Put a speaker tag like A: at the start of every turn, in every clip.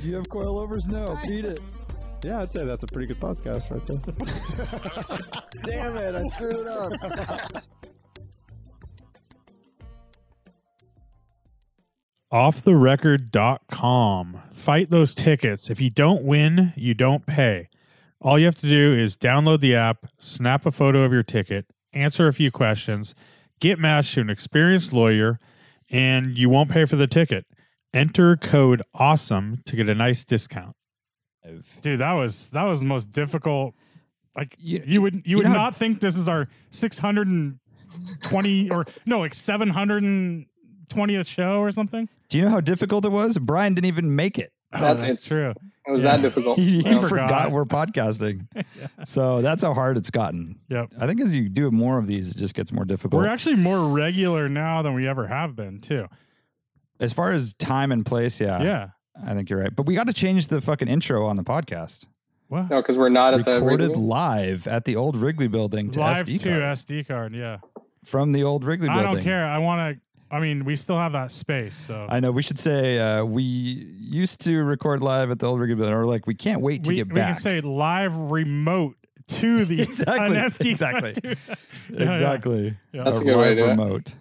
A: Do you have coilovers? No, beat it. Yeah, I'd say that's a pretty good podcast right there.
B: Damn it, I threw it up.
C: offtherecord.com. Fight those tickets. If you don't win, you don't pay. All you have to do is download the app, snap a photo of your ticket, answer a few questions, get matched to an experienced lawyer, and you won't pay for the ticket. Enter code awesome to get a nice discount. Dude, that was that was the most difficult like
A: You-
C: you would you would
A: know how-
C: not think this is our 620 or no, like 720th show or something.
D: Do you know how difficult it was? Brian didn't even make it.
C: Oh,
E: That's-
C: that's,
E: it's-
C: true.
E: It was
C: Yeah.
E: that difficult.
D: He, he
C: Well,
D: forgot.
C: forgot.
D: we're podcasting. So that's how hard it's gotten.
C: Yep.
D: I think as you do more of these, it just gets more difficult.
C: We're actually more regular now than we ever have been, too.
D: as far as time and place, yeah,
C: yeah.
D: I think you're right. But we got to change the fucking intro on the podcast.
C: Well,
E: no, because we're not at the
D: Recorded
E: original.
D: live at the old Wrigley Building to
C: live
D: SD
C: to
D: card.
C: SD card. Yeah.
D: from the old Wrigley
C: I
D: Building.
C: don't care. I want to. I mean, we still have that space. So
D: I know we should say uh, we used to record live at the old Wrigley Building, or like we can't wait to
C: we,
D: get
C: we
D: back.
C: can say live remote to the
D: Exactly,
C: an SD
D: exactly.
C: Card to- Yeah, yeah.
D: exactly.
C: Yeah.
E: That's
D: Or
E: a good way to
D: live
E: do it.
D: remote.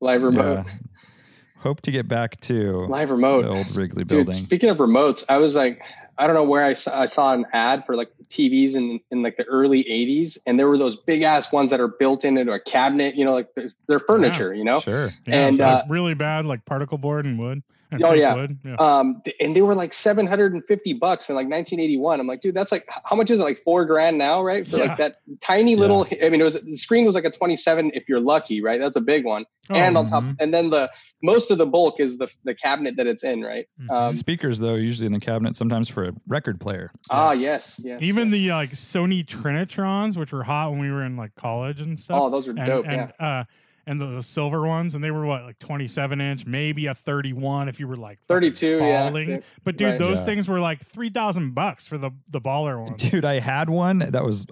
E: live remote.
D: Yeah. Hope to get back to
E: Live
D: the
E: remote.
D: old Wrigley
E: Dude,
D: building.
E: speaking of remotes, I was like, I don't know where I saw, I saw an ad for like TVs in, in like the early 80s, and there were those big ass ones that are built into a cabinet, you know, like they're, they're furniture, you know?
D: Sure.
C: Yeah,
E: and,
C: so
E: uh,
C: really bad, like particle board and wood. And
E: Oh,
C: fake
E: yeah.
C: Wood. yeah.
E: Um, th- and they were like 750 bucks in like 1981. I'm like, dude, that's like, h- how much is it? Like four grand now, right? For
C: Yeah.
E: like that tiny little, I mean, it was, the screen was like a 27 if you're lucky, right? That's a big one.
C: Oh,
E: and uh, on top,
C: mhm.
E: and then the, most of the bulk is the, the cabinet that it's in, right?
C: Mhm.
E: Um,
D: Speakers though, usually in the cabinet, sometimes for a record player.
E: Ah, yes. yes
C: Even
E: yes.
C: the like Sony Trinitrons, which were hot when we were in like college and stuff.
E: oh, those are
C: and,
E: dope. yeah.
C: and uh and the, the silver ones and they were what like 27 inch maybe a 31 if you were like fucking
E: 32 yeah,
C: balling.
E: yeah
C: but dude
E: right.
C: those
D: Yeah.
C: things were like 3000 bucks for the the baller ones
D: Dude, I had one that was,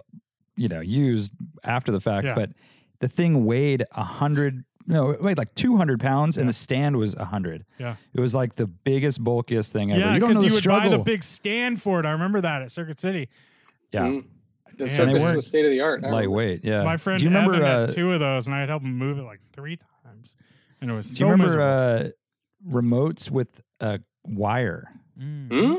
D: you know, used after the fact,
C: Yeah.
D: but the thing weighed a hundred. No, it weighed like two hundred pounds, and
C: Yeah.
D: the stand was a hundred.
C: Yeah.
D: it was like the biggest, bulkiest thing ever.
C: yeah
D: you don't know
C: because
D: the
C: you, would
D: struggle.
C: buy the big stand for it i remember that at circuit city
D: yeah,
E: Mhm. The
C: Damn,
D: they
E: surface
D: weren't
E: was state of the art.
D: lightweight. Yeah,
C: my friend
D: Do you remember?
C: Evan
D: uh,
C: had two of those and i'd help him move it like three times and it was
D: do
C: so
D: you remember
C: miserable.
D: uh, remotes with a wire
C: Mm.
E: Hmm?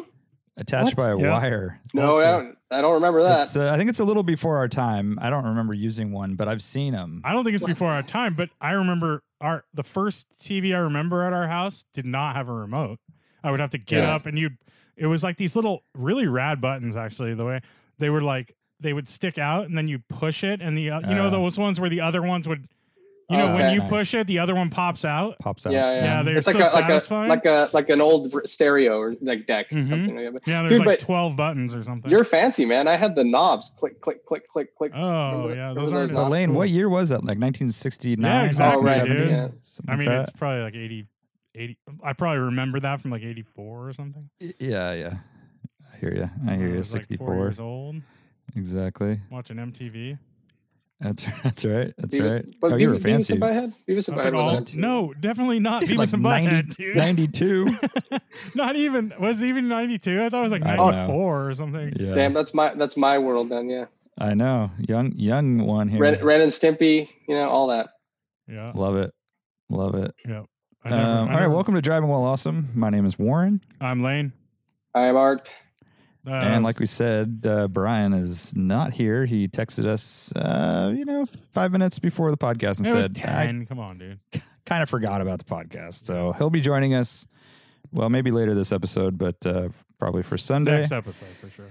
D: attached
E: What?
D: by a
C: Yeah.
D: wire?
E: No, I don't. I don't remember that.
D: It's, uh, I think it's a little before our time. I don't remember using one, but I've seen them.
C: I don't think it's before our time, but I remember our the first TV I remember at our house did not have a remote. I would have to get
D: Yeah.
C: up and you it was like these little really rad buttons actually the way they would like they would stick out and then you push it and the uh, you know
D: Uh.
C: those ones where the other ones would you know
E: Oh,
C: when
E: okay.
C: you
D: Ah, Nice.
C: push it the other one pops out.
D: Pops
E: yeah,
D: out.
E: yeah.
C: Yeah, they're
E: it's like
C: so
E: a like
C: satisfying.
E: a like a like an old r- stereo or like deck
C: Mhm.
E: or something. Like that.
C: yeah, there's
E: Dude,
C: like
E: but
C: 12 buttons or something.
E: But You're fancy, man. I had the knobs. Click, click, click, click, click.
C: Oh,
E: Remember-
C: yeah,
E: remember
C: those
E: those
C: aren't
E: knobs?
C: as
D: But Lane,
C: cool.
D: what year was that? Like 1969?
C: Yeah, exactly,
E: Oh, right,
D: 70?
E: dude. Yeah.
D: Something
C: I mean,
D: like
C: it's probably like 80 80 I probably remember that from like 84 or something.
D: that. yeah, yeah. I hear you. I hear
C: I
D: you.
C: was, Uh, like, four
D: 64.
C: years old
D: exactly.
C: watching MTV.
D: That's that's right. That's
E: Beavis-
D: right.
E: Was
D: oh, you
E: Beavis,
D: were fancy.
E: Beavis and Butthead? Beavis
C: That's
E: and Butthead
C: like all-
E: was that
C: no, definitely not
D: Dude,
C: Beavis
D: like
C: and
D: 90
C: Butthead, dude.
D: 92.
C: Not even was it even ninety two. I thought it was like
D: I don't know.
C: ninety four or something.
D: yeah.
E: Damn, that's my that's my world then. Yeah,
D: I know. Young young one here.
E: Ren, Ren and Stimpy, you know all that.
C: Yeah,
D: Love it. Love it.
C: yeah. I
D: Um,
C: never- I
D: all right,
C: never-
D: welcome to Driving While Awesome. My name is Warren,
C: I'm Lane.
E: I'm Art.
C: Uh,
D: and like we said, uh, Brian is not here. He texted us, uh, you know, five minutes before the podcast and
C: it was
D: said, "I
C: ten. Come on, dude.
D: kind of forgot about the podcast. So he'll be joining us, well, maybe later this episode, but uh, probably for Sunday
C: Next episode for sure.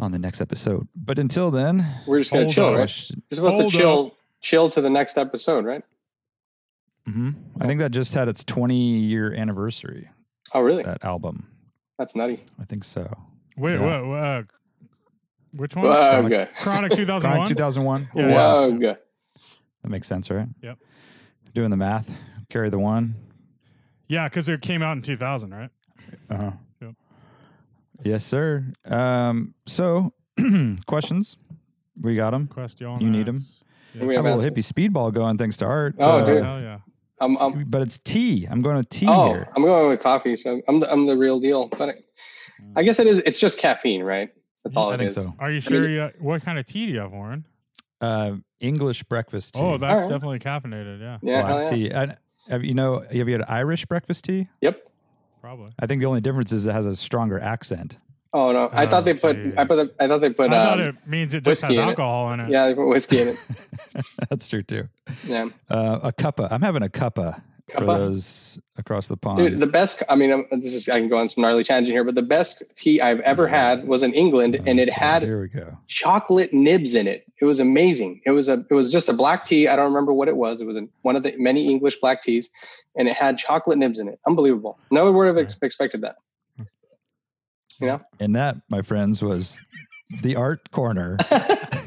D: on the next episode. But until then,
E: We're just gonna
C: Hold
E: chill,
C: on.
E: right? You're supposed
C: Hold
E: to chill, chill to the next episode, right?
C: Mm-hmm.
D: Mhm. I think that just had its 20 year anniversary,
E: Oh, really?
D: that album.
E: That's nutty.
D: I think so.
C: Wait,
D: Yeah.
C: whoa, whoa. Which one?
E: Whoa, good.
C: Chronic 2001.
D: Chronic 2001.
C: Yeah.
E: Whoa, good.
D: That makes sense, right?
C: Yep.
D: Doing the math. Carry the one.
C: yeah, because it came out in 2000, right?
D: Uh-huh.
C: Yep.
D: Yes, sir. Um, so, questions? We got them.
C: Question.
D: You need 'em?
C: Yes.
E: We
D: I have a
E: have
D: little hippie speedball going. Thanks to Art. uh,
E: Oh, dude.
C: Hell yeah.
E: I'm, I'm,
D: but it's tea. I'm going to tea
E: oh,
D: here.
E: I'm going with coffee. So I'm the, I'm the real deal. But I, I guess it is. It's just caffeine, right? That's all
D: I
E: it
D: think
E: is.
D: so.
C: Are you sure? you, uh, what kind of tea do you have, Warren?
D: Uh, English breakfast tea.
C: Oh, that's
E: Alright.
C: definitely caffeinated. Yeah,
E: Yeah,
D: Black
E: hell yeah.
D: Oh, tea. And have you know? Have you had Irish breakfast tea?
E: Yep.
C: probably.
D: I think the only difference is it has a stronger accent.
E: Oh no, I
C: Oh,
E: thought they put. I put.
C: jeez.
E: I thought they put.
C: I thought
E: um,
C: it means it just has
E: whiskey in it.
C: alcohol in it.
E: yeah, they put whiskey in it.
D: That's true too.
E: Yeah,
D: Uh, a cuppa. I'm having a cuppa, for
E: Cuppa?
D: those across the pond.
E: dude, the best. I mean, i this is. I can go on some gnarly tangent here, but the best tea I've ever had was in England, and it
D: Uh,
E: had
D: Here we go.
E: chocolate nibs in it. It was amazing. It was a it was just a black tea. I don't remember what it was. It was a, one of the many English black teas, and it had chocolate nibs in it. Unbelievable. No one would have ex- expected that.
D: And that, my friends, was the art corner.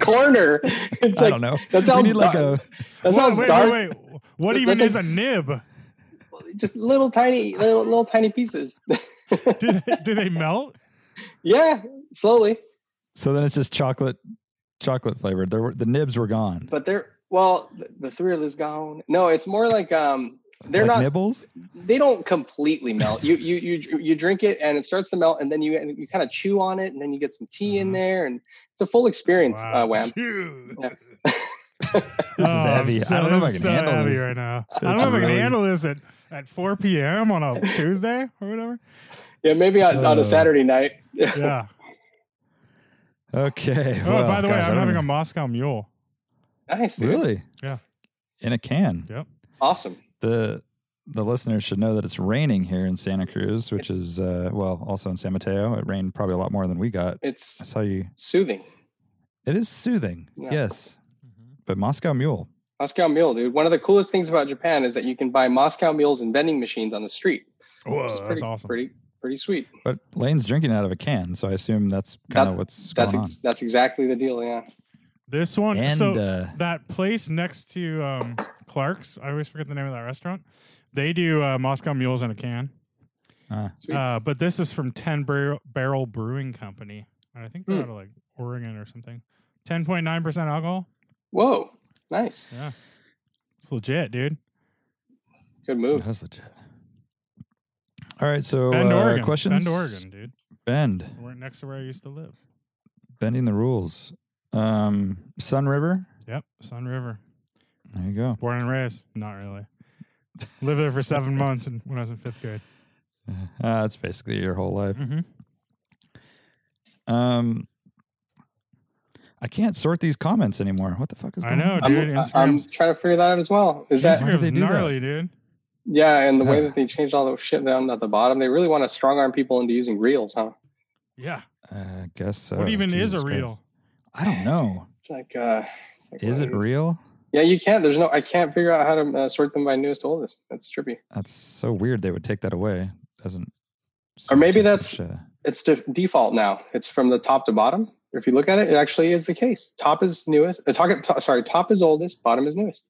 E: Corner. It's
D: I
E: like,
D: don't know.
E: that
D: we
E: sounds
D: need like
E: dark.
D: a
C: Whoa,
E: That sounds
C: wait,
E: dark.
C: wait, wait. What
E: That-
C: even
E: that's
C: is a nib?
E: Just little tiny little, little tiny pieces.
C: Do they, do they melt?
E: yeah, slowly,
D: so then it's just chocolate, chocolate flavored. There were the nibs were gone.
E: but they're well. The, the thrill is gone. No, it's more like um. They're
D: Like
E: not.
D: nibbles.
E: They don't completely melt. You you you you drink it and it starts to melt, and then you and you kind of chew on it, and then you get some tea in
D: Mm-hmm.
C: Mhm.
E: there, and it's a full experience. Uh, Wham.
C: Dude.
E: Yeah.
D: This
C: Oh,
D: is
C: I'm
D: heavy.
C: so-
D: I don't know if I
C: this
D: can
C: is so
D: handle
C: heavy
D: this.
C: right now. I
D: It's
C: don't know if I
D: really-
C: can handle this at, at 4 p.m. on a Tuesday or whatever.
E: Yeah, maybe on, on
D: Uh,
E: a Saturday night.
C: Yeah.
D: Okay.
C: Oh,
D: well,
C: by the way,
D: gosh,
C: I'm
D: I don't
C: having a
D: know.
C: Moscow Mule.
E: nice, dude.
D: really.
C: Yeah.
D: In a can.
C: Yeah.
E: Awesome.
D: The the listeners should know that it's raining here in Santa Cruz, which is uh, well also in San Mateo. It rained probably a lot more than we got. I
E: It's
D: saw you.
E: soothing.
D: It is soothing.
E: Yeah.
D: Yes.
C: Mm-hmm.
D: But Moscow Mule.
E: Moscow Mule, dude. One of the coolest things about Japan is that you can buy Moscow Mules in vending machines on the street.
C: Whoa,
E: which
D: Oh,
E: is
C: that's
E: pretty,
C: awesome.
E: Pretty, pretty sweet.
D: But Lane's drinking out of a can, so I assume that's kind of
E: That-
D: what's
E: That's
D: going
E: ex- that's exactly the deal. Yeah.
C: This one.
D: on. And
C: so
D: uh,
C: that place next to um, Clark's, I always forget the name of that restaurant. They do uh, Moscow Mules in a can.
D: uh,
E: Sweet.
C: Uh, but this is from Ten Bar- Barrel Brewing Company, and I think they're
E: Hmm.
C: out of like Oregon or something. Ten point nine percent alcohol.
E: Whoa. Nice.
C: It's legit, dude.
E: Good move.
D: that's legit. All right, so
C: Bend,
D: uh,
C: Oregon.
D: questions.
C: Bend, Oregon, dude.
D: Bend.
C: We're next to where I used to live.
D: Bending the rules. Um, Sun River.
C: Yep, Sun River.
D: There you go.
C: Born and raised. Not really. Lived there for seven months and when I was in fifth grade.
D: Uh, that's basically your whole life.
C: Mm-hmm.
D: Um, I can't sort these comments anymore. What the fuck is
C: I
D: going
C: know,
D: on?
C: dude.
E: I'm, I- I'm
C: Instagram's-
E: trying to figure that out as well. Is that
D: Why did they
C: Instagram's
D: do that?
C: gnarly, dude.
E: yeah? And the way
D: Yeah.
E: that they changed all the shit down at the bottom, they really want to strong arm people into using reels, huh?
C: Yeah.
D: I guess so.
C: what even is
D: Jesus
C: a
D: Christ.
C: reel?
D: I don't know.
E: It's like, uh, it's like
D: Is
E: one
D: it
E: of these-
D: real?
E: Yeah, you can't. There's no. I can't figure out how to uh, sort them by newest to oldest. That's trippy.
D: That's so weird. They would take that away. Doesn't.
E: Or maybe
D: seem like
E: that's-
D: such a-
E: It's de- default now. It's from the top to bottom. If you look at it, it actually is the case. Top is newest. Uh, talk, to- sorry, top is oldest. Bottom is newest.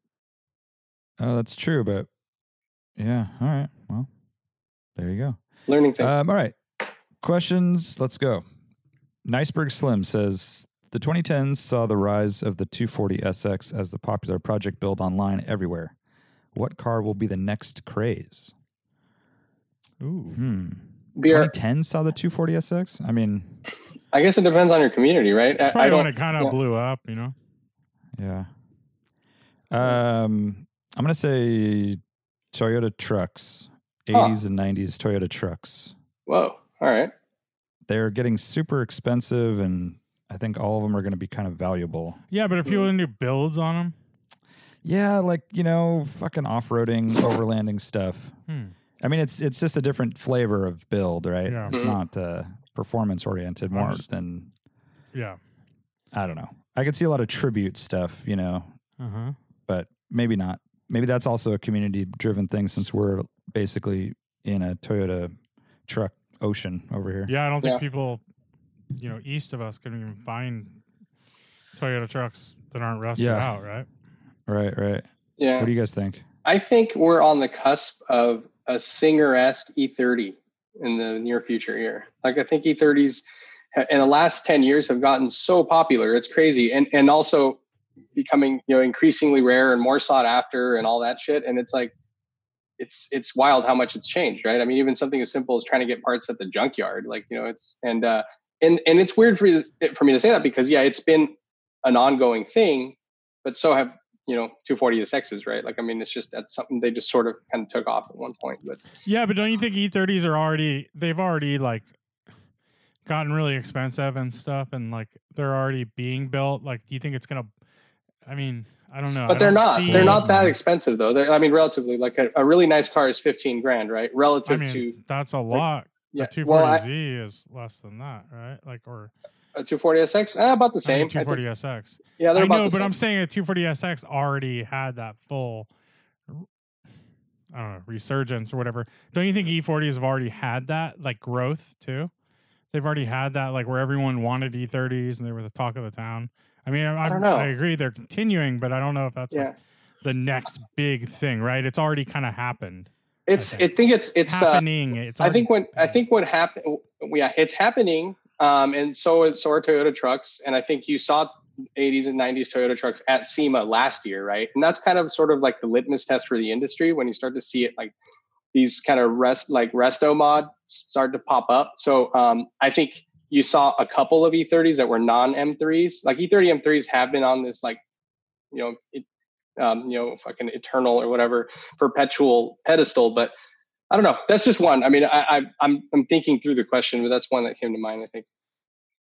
D: Oh, that's true, but yeah. All right. Well, there you go.
E: Learning thing.
D: Um, all right. Questions. Let's go. Niceberg Slim says the 2010s saw the rise of the 240SX as the popular project build online everywhere. What car will be the next craze?
C: Ooh.
D: Hmm.
E: Beer.
D: 2010s saw the 240SX. I mean,
E: I guess it depends on your community, right?
C: It's
E: I, I
C: probably when
E: don't.
C: it kind of
E: yeah.
C: blew up, you know?
D: yeah. Um, I'm gonna say Toyota trucks, 80s and 90s Toyota trucks.
E: Whoa. All right.
D: they're getting super expensive and I think all of them are going to be kind of valuable.
C: Yeah, but if people didn't do builds on them,
D: Yeah, like, you know, fucking off-roading, overlanding stuff.
C: Hmm.
D: I mean, it's it's just a different flavor of build, right?
C: Yeah.
D: It's
E: Mhm.
D: not uh, performance oriented
C: I'm
D: more
C: just-
D: than
C: yeah.
D: I don't know. I could see a lot of tribute stuff, you know,
C: Uh huh.
D: but maybe not. Maybe that's also a community driven thing since we're basically in a Toyota truck ocean over here.
C: Yeah, I don't think
E: Yeah.
C: people, you know, east of us can even find Toyota trucks that aren't rusted
D: Yeah.
C: out, right?
D: Right, right.
E: Yeah.
D: What do you guys think?
E: I think we're on the cusp of a Singer esque E30 in the near future here. Like, I think E30s ha- in the last 10 years have gotten so popular. It's crazy. And, and also becoming, you know, increasingly rare and more sought after and all that shit. And it's like, it's it's wild how much it's changed, right? I mean, even something as simple as trying to get parts at the junkyard, like you know, it's and uh, and and it's weird for for me to say that because yeah, it's been an ongoing thing, but so have you know 240 is X's, right? Like I mean, it's just that's something they just sort of kind of took off at one point, but
C: Yeah, but don't you think E30s are already they've already like gotten really expensive and stuff, and like they're already being built? Like, do you think it's gonna? I mean, I don't know. I
E: but they're
C: don't
E: not
C: see-
E: they're not that expensive though. They're, I mean, relatively like a, a really nice car is 15 grand, right?
C: I
E: Relative to
C: mean, that's a lot.
E: yeah,
C: the 240Z
E: well, I,
C: is less than that, right? Like, or
E: a 240 SX, eh, about the
C: I
E: same.
C: mean,
E: I think-
C: 240SX.
E: yeah,
C: I
E: they're about
C: know,
E: the
C: but
E: same.
C: I'm saying a 240SX already had that full, I don't know, resurgence or whatever. Don't you think E40s have already had that like growth too? They've already had that like where everyone wanted E30s and they were the talk of the town. I mean, I,
E: I don't know.
C: I agree they're continuing, but I don't know if that's
E: yeah.
C: like the next big thing, right? It's already kind of happened.
E: It's
C: Okay.
E: I think it's it's uh,
C: happening. it's
E: I think
C: already
E: when I
C: happening.
E: think what happened, yeah, it's happening. Um, and so is so are Toyota trucks, and I think you saw 80s and 90s Toyota trucks at SEMA last year, right? And that's kind of sort of like the litmus test for the industry when you start to see it like these kind of rest like resto mod start to pop up. So um, I think you saw a couple of E30s that were non M3s. Like E E30 M3s have been on this like you know it, um, you know fucking eternal or whatever perpetual pedestal, but I don't know. That's just one. I mean, I, I, I'm I'm thinking through the question, but that's one that came to mind. I think,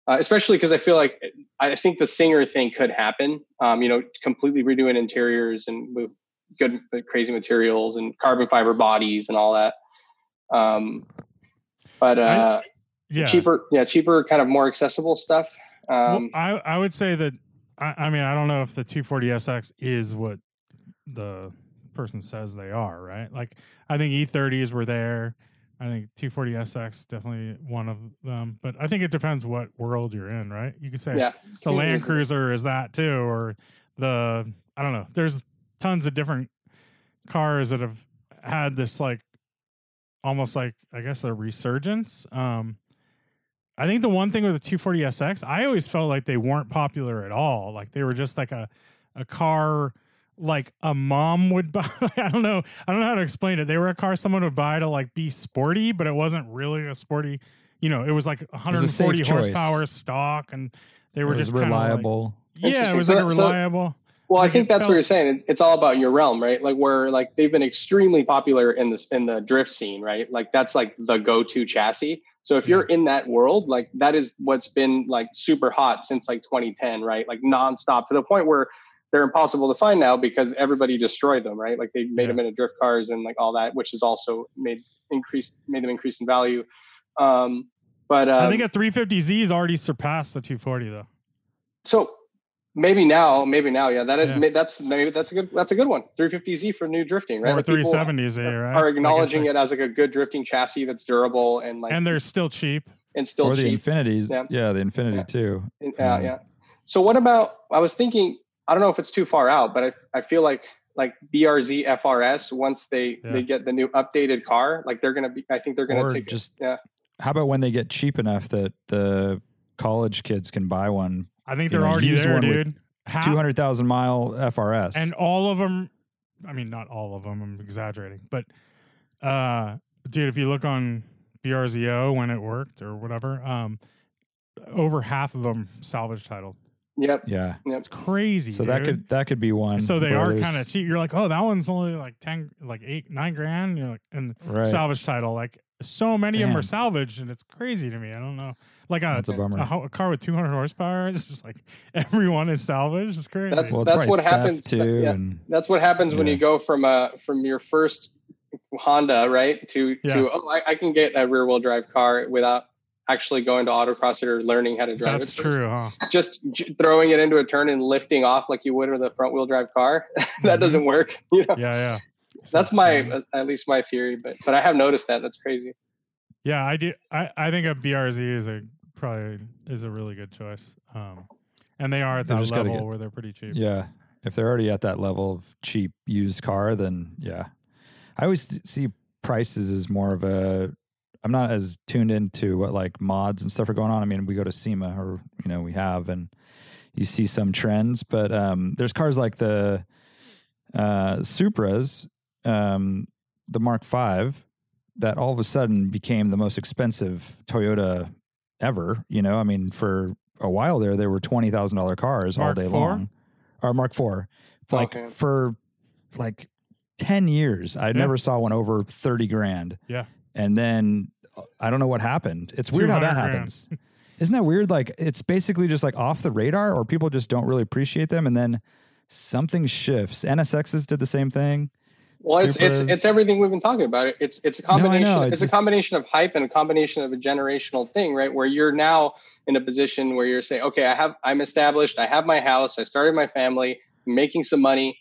E: uh, especially because I feel like I think the singer thing could happen. Um, you know, completely redoing interiors and with good uh, crazy materials and carbon fiber bodies and all that. Um, but uh,
C: yeah.
E: cheaper, yeah, cheaper, kind of more accessible stuff. Um,
C: well, I I would say that I, I mean I don't know if the 240SX is what the person says they are, right? Like I think E30s were there. I think 240SX definitely one of them, but I think it depends what world you're in, right? You could say
E: yeah,
C: the Land
E: Communities.
C: Cruiser is that too, or the I don't know. There's tons of different cars that have had this like almost like I guess a resurgence. Um, I think the one thing with the 240SX, I always felt like they weren't popular at all. Like they were just like a a car like a mom would buy. I don't know. I don't know how to explain it. They were a car someone would buy to like be sporty, but it wasn't really a sporty. You know, it was like
D: a safe
C: 140
D: choice.
C: horsepower stock, and they
D: It
C: were
D: was
C: just kinda like-
D: reliable.
C: yeah, it
E: Interesting.
C: was like a
E: So- so-
C: reliable.
E: Well, I
C: Like,
E: think
C: it
E: that's
C: felt-
E: what you're saying. It's, it's all about your realm, right? Like where like they've been extremely popular in this in the drift scene, right? Like that's like the go-to chassis. So if you're
C: Mm-hmm.
E: in that world, like that is what's been like super hot since like 2010, right? Like nonstop to the point where they're impossible to find now because everybody destroyed them, right? Like they made
C: Yeah.
E: them into drift cars and like all that, which has also made increased made them increase in value. Um, but um,
C: I think a 350Z has already surpassed the 240 though.
E: so maybe now, maybe now, yeah, that is
C: Yeah.
E: ma- that's maybe that's a good that's a good one. 350Z for new drifting, right?
C: Or
E: Like, people
C: 370Z, right? Like,
E: Are
C: it's
E: acknowledging
C: like-
E: it as like a good drifting chassis that's durable and like
C: and
E: and,
C: they're still cheap.
E: still
D: or the
E: cheap.
D: infinities.
E: Yeah.
D: Yeah, the infinity
E: Yeah.
D: too.
E: And- yeah,
D: Mm.
E: yeah. So what about? I was thinking, I don't know if it's too far out, but I, I feel like like BRZ FRS once they
C: Yeah.
E: they get the new updated car, like they're gonna be. I think they're gonna
D: Or
E: take it.
D: just
E: yeah.
D: how about when they get cheap enough that the college kids can buy one
C: I think
D: You
C: they're
D: know,
C: already
D: used
C: there,
D: one with
C: dude. Half-
D: two hundred thousand mile FRS?
C: and all of them. I mean, not all of them. I'm exaggerating, but uh, dude, if you look on BRZO when it worked or whatever, um, over half of them salvage titled.
E: Yep.
D: yeah,
C: It's crazy.
D: so that
C: dude.
D: could that could be one.
C: So they
D: where
C: are
D: there's-
C: kind of cheap. You're like, oh, that one's only like ten, like eight, nine grand. You're like, and
D: right.
C: salvage title. Like so many of them are
D: Damn.
C: salvaged, and it's crazy to me. I don't know. Like a,
D: That's a
C: a,
D: bummer.
C: ho- a car with 200 horsepower, it's just like everyone is salvaged. It's crazy.
E: That's-
D: well, it's
E: that's
D: probably
E: what
D: theft,
E: happens-
D: too.
E: yeah.
D: And
E: That's what happens when
D: Yeah.
E: you go from uh from your first Honda, right? To
C: Yeah.
E: to oh, I, I can get a rear wheel drive car without actually going to autocross it or learning how to drive.
C: That's
E: it first.
C: true, huh?
E: Just j- throwing it into a turn and lifting off like you would with a front wheel drive car, that doesn't work. You know,
C: Mm-hmm. Yeah, yeah. So
E: that's
C: it's
E: my uh,
C: crazy.
E: at least my theory, but but I have noticed that. That's crazy.
C: Yeah, I do. I, I think a BRZ is a probably is a really good choice. Um, and they are at
D: They've
C: that
D: just gotta
C: level
D: get-
C: where they're pretty cheap.
D: Yeah. If they're already at that level of cheap used car, then yeah. I always th- see prices as more of a. I'm not as tuned into what like mods and stuff are going on. I mean, we go to SEMA or, you know, we have and you see some trends, but um, there's cars like the uh, Supras, um, the Mark V, that all of a sudden became the most expensive Toyota ever. You know, I mean, for a while there, they were $20,000 cars all
C: Mark
D: day
C: IV?
D: long or Mark Four, like
E: Okay.
D: for like ten years, I never saw one over thirty grand.
C: Yeah.
D: and then uh, I don't know what happened. It's weird how that
C: 200 grand.
D: happens. Isn't that weird? Like it's basically just like off the radar, or people just don't really appreciate them, and then something shifts. NSXs did the same thing.
E: Well, it's, it's
D: Supras.
E: it's everything we've been talking about. It- It's it's a
D: No, I know.
E: combination.
D: It's
E: It's,
D: just-
E: a combination of hype and a combination of a generational thing, right? Where you're now in a position where you're saying, okay, I have I'm established. I have my house. I started my family. I'm making some money.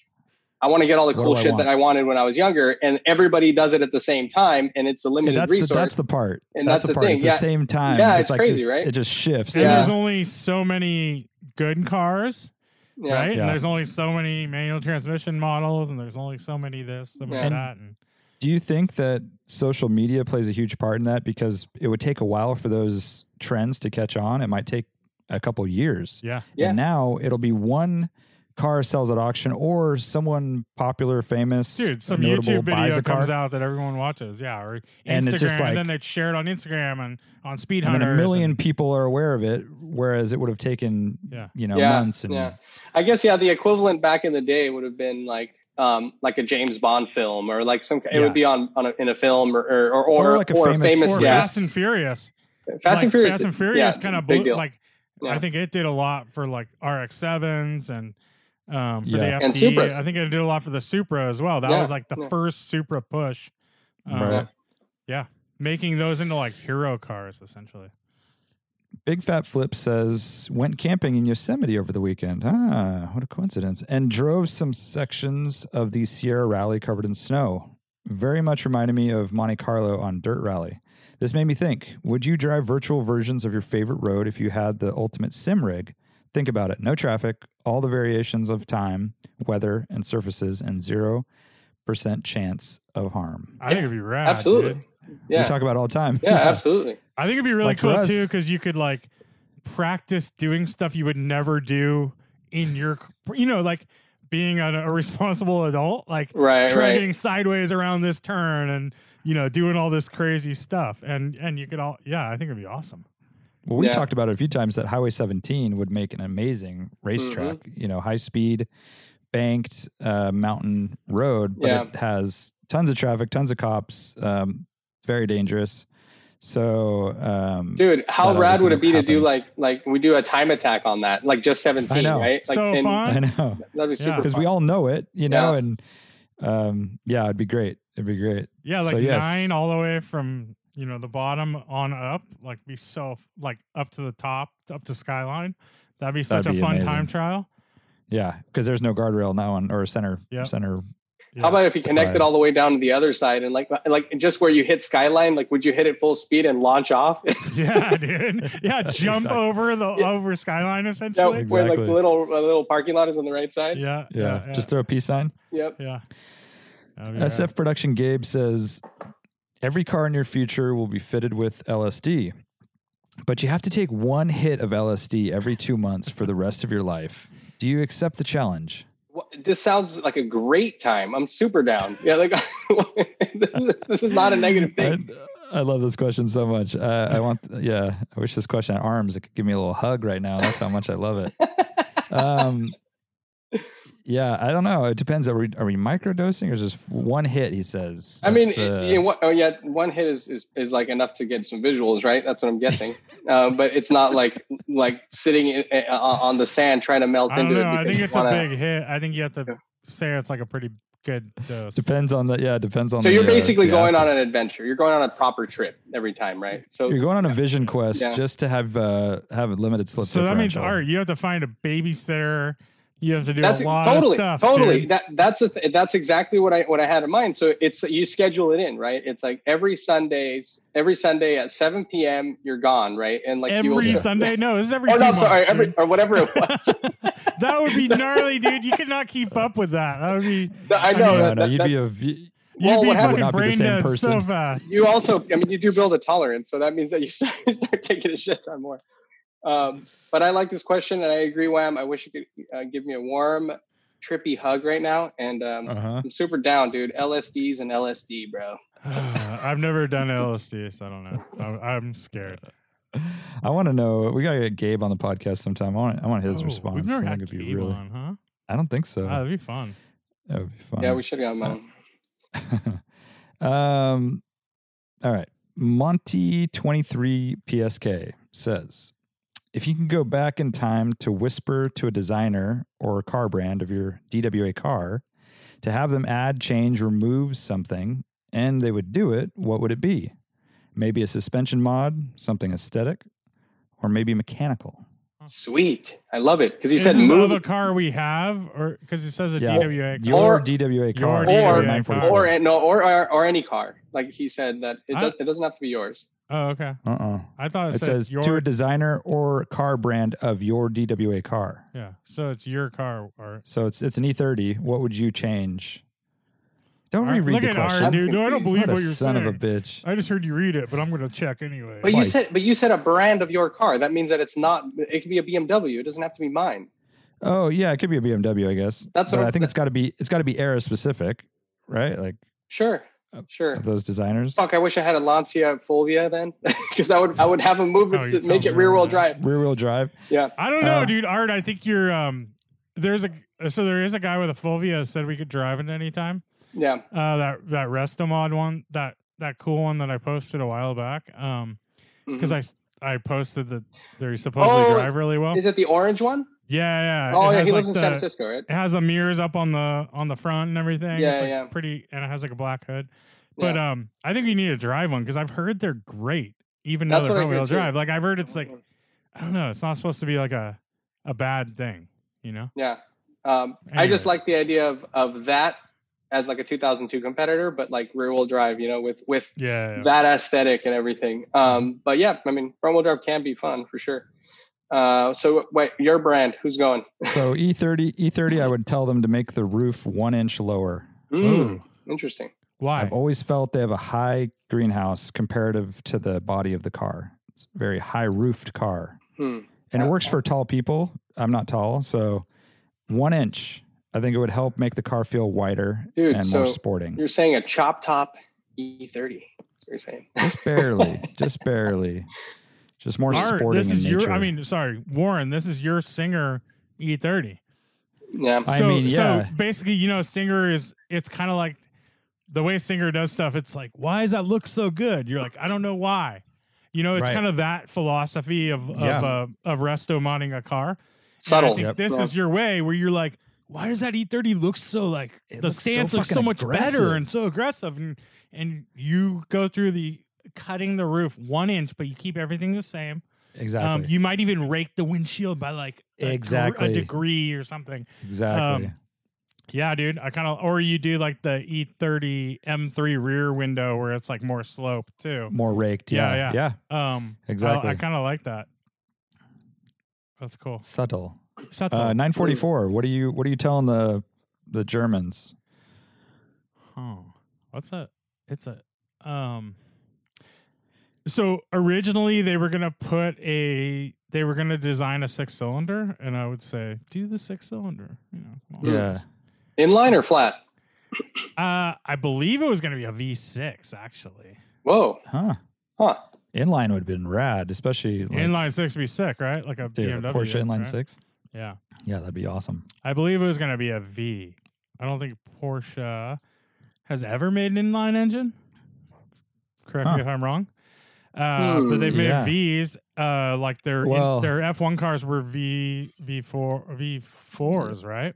E: I want to get all the
D: What
E: cool
D: do I
E: shit
D: want?
E: that I wanted when I was younger, and everybody does it at the same time, and it's a
D: Yeah,
E: limited
D: that's the,
E: resource.
D: that's the part.
E: And
D: that's,
E: that's
D: the
E: the
D: part.
E: thing,
D: It's
E: yeah.
D: the same time.
E: Yeah, it's
D: like
E: crazy,
D: this-
E: right?
D: It just shifts.
C: And
E: Yeah.
C: there's only so many good cars,
E: yeah.
C: right?
D: Yeah.
C: And there's only so many manual transmission models, and there's only so many this, so many
E: Yeah.
D: And-
C: that. And
D: Do you think that social media plays a huge part in that? Because it would take a while for those trends to catch on. It might take a couple years.
C: yeah,
E: Yeah.
D: And now it'll be one car sells at auction or someone popular, famous,
C: dude, some
D: notable
C: YouTube
D: buys
C: video
D: a car.
C: comes out that everyone watches. Yeah, or Instagram,
D: And
C: and,
D: it's just like-
C: then they share it on Instagram and on Speed
D: and then
C: Hunters.
D: a million
C: and-
D: people are aware of it, whereas it would have taken,
C: Yeah.
D: you know,
E: Yeah,
D: months. And
E: yeah. I guess yeah, the equivalent back in the day would have been like um like a James Bond film or like some it
D: Yeah.
E: would be on on a, in a film or or or,
D: Or
E: or,
D: like a famous-
E: famous,
C: or
E: yeah.
C: Fast and Furious.
E: Fast
C: Like,
E: and Furious
C: Fast and
E: yeah,
C: Furious kind of
E: big
C: blew,
E: deal.
C: like I
E: Yeah.
C: think it did a lot for like RX sevens and um for
D: Yeah.
C: the
E: And
C: FD.
E: Supras.
C: I think it did a lot for the Supra as well. That
E: Yeah,
C: was like the
E: yeah.
C: first Supra push. Um,
D: Right.
C: Yeah, making those into like hero cars essentially.
D: Big Fat Flip says, went camping in Yosemite over the weekend. Ah, what a coincidence. And drove some sections of the Sierra Rally covered in snow. Very much reminded me of Monte Carlo on Dirt Rally. This made me think would you drive virtual versions of your favorite road if you had the ultimate sim rig? Think about it no traffic, all the variations of time, weather, and surfaces, and 0% chance of harm.
C: I think it'd be rad.
E: absolutely.
C: dude.
E: Yeah.
D: We talk about it all the time.
E: yeah, absolutely.
C: I think it'd be really
D: Like for
C: cool
D: us.
C: too because you could like practice doing stuff you would never do in your, you know, like being an, a responsible adult, like
E: Right,
C: try
E: right.
C: getting sideways around this turn and you know doing all this crazy stuff and and you could all yeah i think it'd be awesome
D: Well, we
E: Yeah.
D: talked about it a few times that Highway 17 would make an amazing racetrack.
E: Mm-hmm.
D: You know, high speed, banked uh, mountain road, but
E: Yeah.
D: it has tons of traffic, tons of cops, um, very dangerous. So, um,
E: Dude,
D: That
E: how
D: obviously
E: rad would it be to do
D: happens.
E: like like we do a time attack on that, like just
D: I
E: seventeen,
D: know.
E: right? Like
C: So
E: and
C: fun.
D: I know
E: that'd be
C: Yeah.
E: super
D: because
E: fun.
D: we all know it, you know,
E: Yeah.
D: and um, yeah, it'd be great. It'd be great.
C: yeah like
D: So, yes.
C: nine all the way from you know the bottom on up like be so like up to the top up to skyline that'd be such
D: That'd be
C: a fun
D: amazing.
C: time trial
D: Yeah, because there's no guardrail now on or center
C: Yeah.
D: center.
C: Yeah.
E: How about if you connect
D: Right.
E: it all the way down to the other side and like like just where you hit skyline, like would you hit it full speed and launch off?
C: yeah dude yeah jump
D: Exactly.
C: over the
E: Yeah.
C: over skyline
E: Yeah,
C: essentially
E: where like
D: Exactly.
E: the little uh, little parking lot is on the right side.
C: yeah
D: Yeah,
C: yeah, yeah
D: just throw a peace sign.
E: Yep.
C: yeah That'd be rad.
D: SF Production Gabe says every car in your future will be fitted with LSD, but you have to take one hit of LSD every two months for the rest of your life. Do you accept the challenge?
E: Wha- This sounds like a great time. I'm super down. Yeah, like this is- this is not a negative
D: I,
E: thing.
D: I love this question so much. Uh, I want, yeah, I wish this question had arms. It could give me a little hug right now. That's how much I love it. Um, yeah, I don't know. It depends. Are we are we microdosing or just one hit? He says.
E: I mean,
D: That's,
E: it-
D: uh,
E: you know, what- oh yeah, one hit is, is is like enough to get some visuals, right? That's what I'm guessing. um, but it's not like like sitting in, uh, on the sand trying to melt
C: i don't
E: into
C: know
E: it.
C: i
E: because
C: think
E: you
C: it's
E: wanna-
C: a big hit i think you have to say it's like a pretty good dose
D: depends on the yeah. Depends on.
E: So
D: the,
E: you're
D: uh,
E: basically
D: the
E: going
D: acid.
E: on an adventure. You're going on a proper trip every time, right? So
D: You're going on a vision quest
E: Yeah.
D: just to have uh, have a limited slip.
C: So that means
D: differential.
C: all right, you have to find a babysitter You have to do
E: that's
C: a lot
E: totally,
C: of stuff.
E: Totally,
C: dude.
E: That, that's a th- that's exactly what I what I had in mind. So it's you schedule it in, right? It's like every Sundays, every Sunday at seven p.m. You're gone, right? And like you will-
C: every Sunday. No, this is every
E: Or
C: two
E: no, I'm sorry,
C: months,
E: every
C: dude.
E: or whatever it was.
C: that would be gnarly, dude. You could not keep up with that. That would be
E: No, I
C: No,
E: know.
D: no,
E: Oh, that-
D: no,
E: that-
D: you'd
E: that-
D: be a v-
C: you'd
E: Well,
C: be fucking
E: what happened-
D: Would not be the
C: brain
D: same
C: dead so
D: person.
C: fast.
E: you also, I mean, you do build a tolerance, so that means that you start, you start taking a shit ton more. Um, but I like this question, and I agree, Wham. I wish you could uh, give me a warm, trippy hug right now, and um,
C: Oh.
D: Uh-huh.
E: I'm super down, dude. LSDs and LSD, bro.
C: I've never done LSD, so I don't know. I'm, I'm scared.
D: I want to know. We gotta get Gabe on the podcast sometime. I want. I want his
C: Oh,
D: response.
C: We've never
D: I
C: had
D: think it'd be
C: Gabe
D: really-
C: on, huh?
D: I don't think so.
C: Ah, that'd be fun.
D: that would be fun.
E: Yeah, we should have got mine.
D: um, all right. Monty23PSK says If you can go back in time to whisper to a designer or a car brand of your DWA car to have them add, change, remove something, and they would do it, what would it be? Maybe a suspension mod, something aesthetic, or maybe mechanical.
E: Sweet, I love it because he
C: Is
E: said
C: Oh. this of a
E: move
C: car we have, or because it says a
D: Yeah.
C: DWA car?
D: Your
E: Or-
D: DWA
C: your
D: car.
E: DWA
D: so 944.
C: car.
E: or an- no or, or or any car. Like he said that it,
C: I-
E: does, it doesn't have to be yours.
C: oh, okay.
D: Uh-uh.
C: I thought it,
D: It
C: said
D: says
C: your.
D: to a designer or car brand of your DWA car.
C: yeah, so it's your car. Or
D: So it's it's an E30. What would you change? Don't
C: Ar-
D: reread
C: look
D: the
C: at
D: question.
C: our dude. No, I don't
E: I'm
C: believe
D: what
C: what,
D: a
C: you're
D: son
C: saying.
D: of a bitch.
C: I just heard you read it, but I'm gonna check anyway.
E: But
D: Twice.
E: you said but you said a brand of your car. That means that it's not. It could be a BMW. It doesn't have to be mine.
D: Oh yeah, it could be a BMW, I guess.
E: That's what
D: but
E: I'm-
D: I think it's got to be it's got to be era specific, right? Like
E: Sure,
C: Oh.
D: Uh,
E: sure.
D: of those designers.
E: Fuck, I wish I had a Lancia Fulvia then, because I would I would have a
C: Oh,
E: movement
C: you
E: to make it
C: totally
E: rear wheel
C: would.
E: drive.
D: Rear wheel drive.
C: I don't know,
D: Uh,
C: dude. Art, I think you're um there's a so there is a guy with a Fulvia that said we could drive it anytime.
E: Yeah,
C: Uh that that Restomod one, that that cool one that I posted a while back. Um
E: Mhm.
C: cuz I s- I posted that they supposedly
E: Oh,
C: drive really well.
E: is it the orange one?
C: yeah, yeah.
E: oh
C: Uh, it
E: yeah,
C: has
E: he
C: like
E: lives in San
C: the,
E: Francisco, right?
C: it has the mirrors up on the on the front and everything.
E: Yeah,
C: it's like
E: yeah.
C: pretty and it has like a black hood. But um I think you need to drive one cuz I've heard they're great even
E: That's
C: though
E: what
C: they're
E: I
C: front
E: hear,
C: wheel
E: too. Mm-hmm.
C: drive. Like I've heard it's like I don't know, it's not supposed to be like a a bad thing, you know?
E: Yeah. Um, I
C: Anyways.
E: just like the idea of of that as like a 2002 competitor, but like rear wheel drive, you know, with with
C: Yeah.
E: that aesthetic and everything. Um, but yeah, I mean, front wheel drive can be fun for sure. Uh, so wait, your brand, who's going?
D: So E E30, E30. I would tell them to make the roof one inch lower.
E: Mm, interesting.
C: Why?
D: I've always felt they have a high greenhouse comparative to the body of the car. It's a very high roofed car.
E: Hmm.
D: and it works for tall people. I'm not tall, so one inch. I think it would help make the car feel wider
E: Dude,
D: and more
E: so
D: sporting.
E: You're saying a chop top E30. That's what you're saying.
D: Just barely, just barely, just more
C: Art,
D: sporting.
C: this
D: in
C: is your.
D: nature.
C: I mean, sorry, Warren. This is your singer E E30.
E: Yeah.
D: I
C: so,
D: mean, yeah.
C: So basically, you know, singer is. It's kind of like the way singer does stuff. It's like, why does that look so good? You're like, I don't know why. You know, it's
D: Right.
C: kind of that philosophy of of
D: Yeah.
C: uh, of resto modding a car. And I
E: Subtle.
C: think
D: Yep.
C: this is your way where you're like, why does that E30 look so like
D: It
C: the
D: looks so
C: stance looks so
D: fucking
C: much
D: aggressive.
C: better and so aggressive and and you go through the cutting the roof one inch, but you keep everything the same.
D: exactly,
C: Um, you might even rake the windshield by like a, gr-
D: Exactly.
C: a degree or something.
D: exactly.
C: Yeah, dude. I kind of, or you do like the E E30 M3 rear window where it's like more slope too.
D: more raked.
C: yeah,
D: Yeah,
C: yeah.
D: yeah,
C: Um, I-
D: Exactly.
C: I, kind of like that. That's cool.
D: Subtle.
C: Set
D: Uh,
C: the-
D: Nine forty
E: Hmm.
D: four. What are you? What are you telling the the Germans?
C: Oh, what's a? It's a. Um. So originally they were gonna put a. They were gonna design a six cylinder, and I would say do the six cylinder. You know, come on,
D: Yeah.
E: Inline or flat?
C: Uh, I believe it was going to be a V6 actually.
E: Whoa.
D: Huh?
E: Huh.
D: Inline would have been rad, especially like,
C: inline six would be sick, right? Like a
D: dude, a
C: BMW
D: Porsche inline
C: right?
D: six.
C: Yeah,
D: Yeah, that'd be awesome.
C: I believe it was going to be a V. I don't think Porsche has ever made an inline engine. Correct
D: Huh.
C: me if I'm wrong. Uh, but
E: Hmm.
C: they've made
D: Yeah.
C: V's. Uh, like their in-
D: Well-
C: their F1 cars were V V4 V4s, right?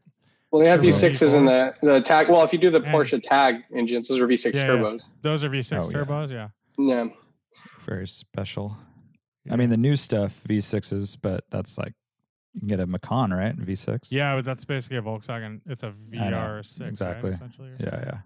E: Well, they have
D: Turbo.
E: V6s in the, the tag. Well, if you do the
C: And-
E: Porsche tag engines, those are V6
C: Yeah, yeah.
E: turbos.
C: Those are V6
D: Oh, yeah.
C: turbos. Yeah.
E: Yeah.
D: Very special.
C: Yeah.
D: I mean, the new stuff V sixes, but that's like You can get a Macan, right? V6.
C: Yeah, but that's basically a Volkswagen. It's a VR6,
D: Exactly.
C: Right, essentially.
D: Yeah,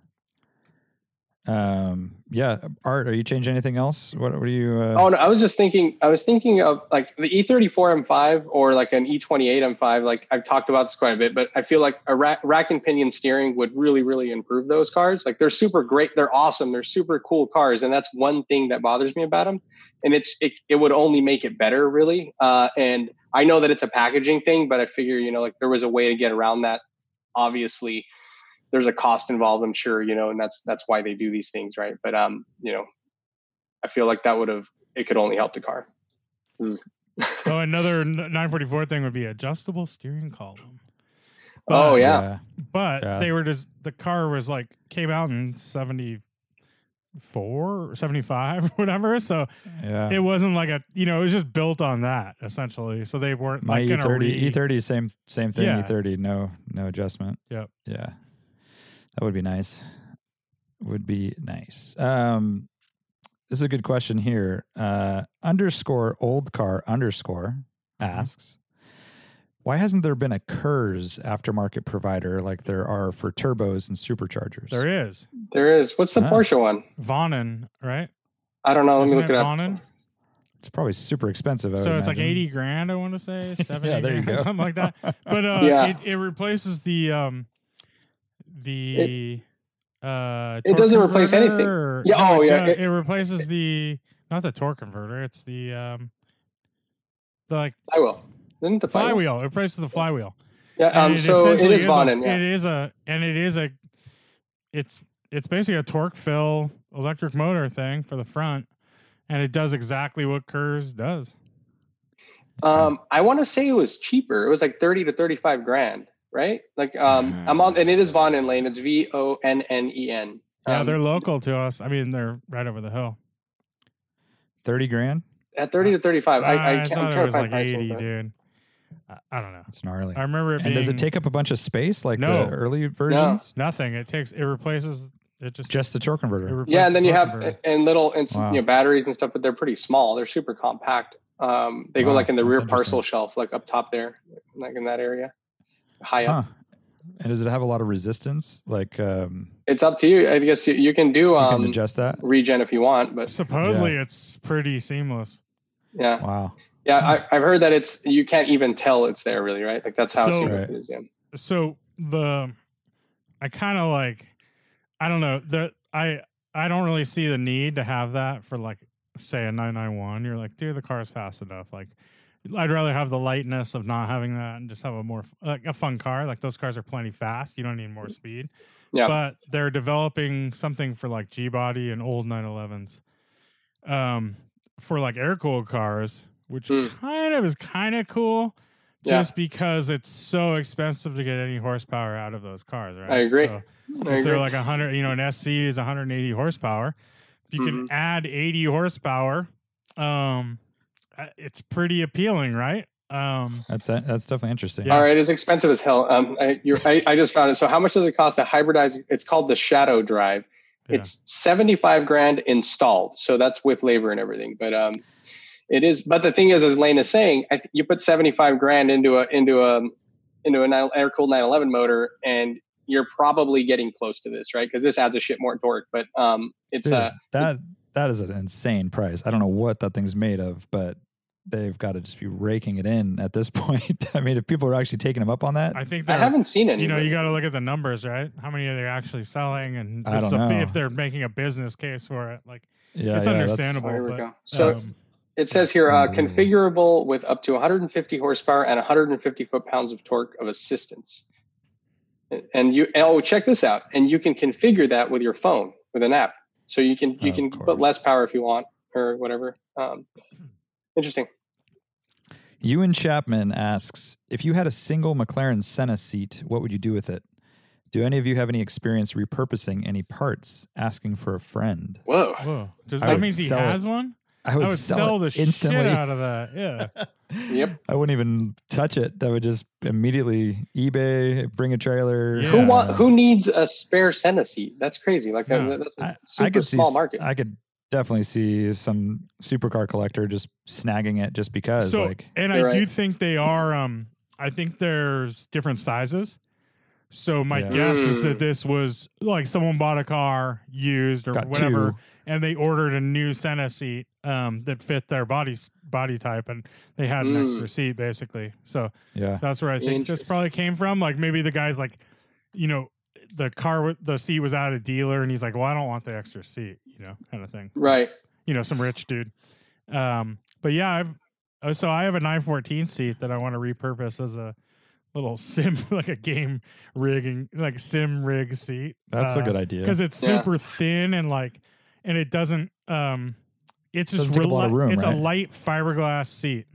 D: yeah. Um, yeah. Art, are you changing anything else? What were you? Uh,
E: Oh no, I was just thinking. I was thinking of like the E E34 M5 or like an E E28 M5. Like I've talked about this quite a bit, but I feel like a rack, rack and pinion steering would really, really improve those cars. Like they're super great, they're awesome, they're super cool cars, and that's one thing that bothers me about them. And it's it, it would only make it better, really. Uh, and I know that it's a packaging thing, but I figure you know like there was a way to get around that. Obviously, there's a cost involved. I'm sure you know, and that's that's why they do these things, right? But um, you know. I feel like that would have it could only help the car. Zzz.
C: Oh, another n- 944 thing would be adjustable steering column.
E: Oh, yeah.
C: But
D: Yeah.
C: they were just the car was like came out in 74 or 75 or whatever, so
D: Yeah.
C: it wasn't like a, you know, it was just built on that essentially. So they weren't
D: My E
C: like going to
D: E30,
C: re-
D: E30, same same thing.
C: Yeah.
D: E30, no no adjustment.
C: Yep.
D: Yeah, that would be nice. Would be nice. Um, this is a good question here. Uh, underscore old car underscore
C: Mm-hmm.
D: asks, why hasn't there been a KERS aftermarket provider like there are for turbos and superchargers?
C: There is
E: There is. What's the
D: Ah.
E: Porsche one?
C: Vonnen, right?
E: I don't know. Let
C: Isn't
E: me look it
C: it
E: up.
C: Vonnen?
D: It's probably super expensive. I
C: so
D: would
C: it's like
D: imagine.
C: 80 grand, I want to say, 70
D: there you
C: grand,
D: go.
C: something like that. But uh,
E: Yeah.
C: it, it replaces the um, the uh,
E: it
C: torque
E: doesn't replace
C: converter
E: anything.
C: or-
E: Yeah,
C: no,
E: oh,
C: it,
E: yeah,
C: does-
E: it-
C: it replaces the not the torque converter. It's the um, the like
E: Flywheel. Isn't it the flywheel?
C: flywheel. It replaces the flywheel.
E: Yeah.
C: And
E: Um, so it
C: essentially
E: is Bonin.
C: A,
E: Yeah.
C: It is a and it is a it's it's basically a torque fill electric motor thing for the front, and it does exactly what Kurz does.
E: um, I want to say it was cheaper. It was like thirty to thirty-five grand, right? Like um, I'm on, and it is Vonnen Lane. It's V O N N E N.
C: Yeah,
E: Um,
C: they're local to us. I mean, they're right over the hill.
D: thirty grand.
E: at thirty to thirty-five. I, I,
C: I
E: can't, I'm
C: thought it
E: trying to
C: was
E: find
C: like
E: price
C: eighty,
E: for it.
C: dude. I, I don't know.
D: It's gnarly.
C: I remember it
D: and
C: being
D: does it take up a bunch of space like
C: No.
D: the early versions?
C: nothing. It takes it replaces it just
D: Just the torque
C: it
D: converter.
C: replaces
E: Yeah, and then
C: the
E: you
C: torque
E: have
C: converter.
E: and little and some,
D: Wow.
E: you know batteries and stuff, but they're pretty small. They're super compact. Um, they
D: Wow,
E: go like in the
D: that's
E: rear
D: interesting.
E: parcel shelf, like up top there, like in that area, high up.
D: Huh. And does it have a lot of resistance? Like um,
E: It's up to you. I guess you, you can do
D: you
E: um,
D: can adjust that.
E: regen if you want, but
C: supposedly it's pretty seamless.
E: yeah,
D: Wow.
E: yeah. I, I've heard that it's you can't even tell it's there really, right? Like that's how
C: So-
E: serious
D: Right.
E: it is. Yeah.
C: So the I kind of like I don't know the I I don't really see the need to have that for like say a nine nine one. You're like, dude, the car's fast enough. Like. I'd rather have the lightness of not having that and just have a more like a fun car. Like those cars are plenty fast. You don't need more speed.
E: Mm-hmm. Yeah.
C: but they're developing something for like G body and old 911s, um, for like air cooled cars, which
E: Mm.
C: kind of is kind of cool,
E: Yeah.
C: just because it's so expensive to get any horsepower out of those cars. Right?
E: I agree.
C: So
E: I
C: if they're
E: agree.
C: like 100, you know, an SC is 180 horsepower. If you
E: Mm-hmm.
C: can add 80 horsepower, um, uh, it's pretty appealing, right? Um,
D: That's that's definitely interesting.
C: Yeah.
E: All right, it's expensive as hell. Um, I, you're, I, I just found it. So, how much does it cost to hybridize? It's called the Shadow Drive.
C: Yeah.
E: It's seventy-five grand installed. So that's with labor and everything. But um, it is. But the thing is, as Lane is saying, I, th- you put seventy-five grand into a into a into an air-cooled nine eleven motor, and you're probably getting close to this, right? Because this adds a shit more torque. But um, it's
D: Dude,
E: uh,
D: that that is an insane price. I don't know what that thing's made of, but they've got to just be raking it in at this point. I mean, if people are actually taking them up on that,
C: I think
E: I
C: they're-
E: haven't seen any.
C: you know
E: but-
C: you got to look at the numbers right how many are they actually selling and
D: I
C: this is
D: don't
C: a bi-
D: know.
C: if they're making a business case for it like
D: yeah,
C: it's
D: yeah, that's-
C: understandable
E: Oh, here we
C: but,
E: go. So-
C: um,
E: It says here, uh,
D: Mm.
E: configurable with up to 150 horsepower and 150 foot-pounds of torque of assistance. And you oh, check this out, and you can configure that with your phone with an app. So you can you
D: Of
E: can
D: course. Hmm.
E: put less power if you want or whatever. Um, interesting.
D: Ewan Chapman asks if you had a single McLaren Senna seat, what would you do with it? Do any of you have any experience repurposing any parts? Asking for a friend.
E: Whoa.
C: whoa does
D: I
C: that
D: would
C: mean he
D: sell it.
C: has one
D: I would,
C: i would sell, the
D: it instantly.
C: shit out of that yeah
E: Yep.
D: I wouldn't even touch it. I would just immediately eBay, bring a trailer.
C: Yeah.
E: Who
D: uh,
E: want who needs a spare Senna seat? That's crazy. Like uh,
C: Yeah.
E: that's a
D: I,
E: super
D: I could see
E: small
D: s-
E: market.
D: I could definitely see some supercar collector just snagging it just because.
C: So,
D: like,
C: and I
E: You're
C: do
E: right.
C: think they are. Um, I think there's different sizes. So my
D: Yeah.
C: guess is that
E: Mm.
C: this was like someone bought a car used or
D: Got
C: whatever,
D: two.
C: and they ordered a new Senna seat um, that fit their body body type, and they had an
E: Mm.
C: extra seat basically. So
D: yeah,
C: that's where I think this
E: Interesting.
C: probably came from. Like maybe the guy's like, you know, the car w- the seat was out of dealer, and he's like, well, I don't want the extra seat, you know, kind of thing
E: Right.
C: you know, some rich dude. Um, but yeah, I've oh, so I have a 914 seat that I want to repurpose as a little sim, like a game rigging, like sim rig seat. Uh,
D: that's a good idea.
C: because it's
E: Yeah.
C: super thin and like, and it doesn't. Um, it's just
D: Doesn't take up a lot of room,
C: It's
D: right?
C: a light fiberglass seat.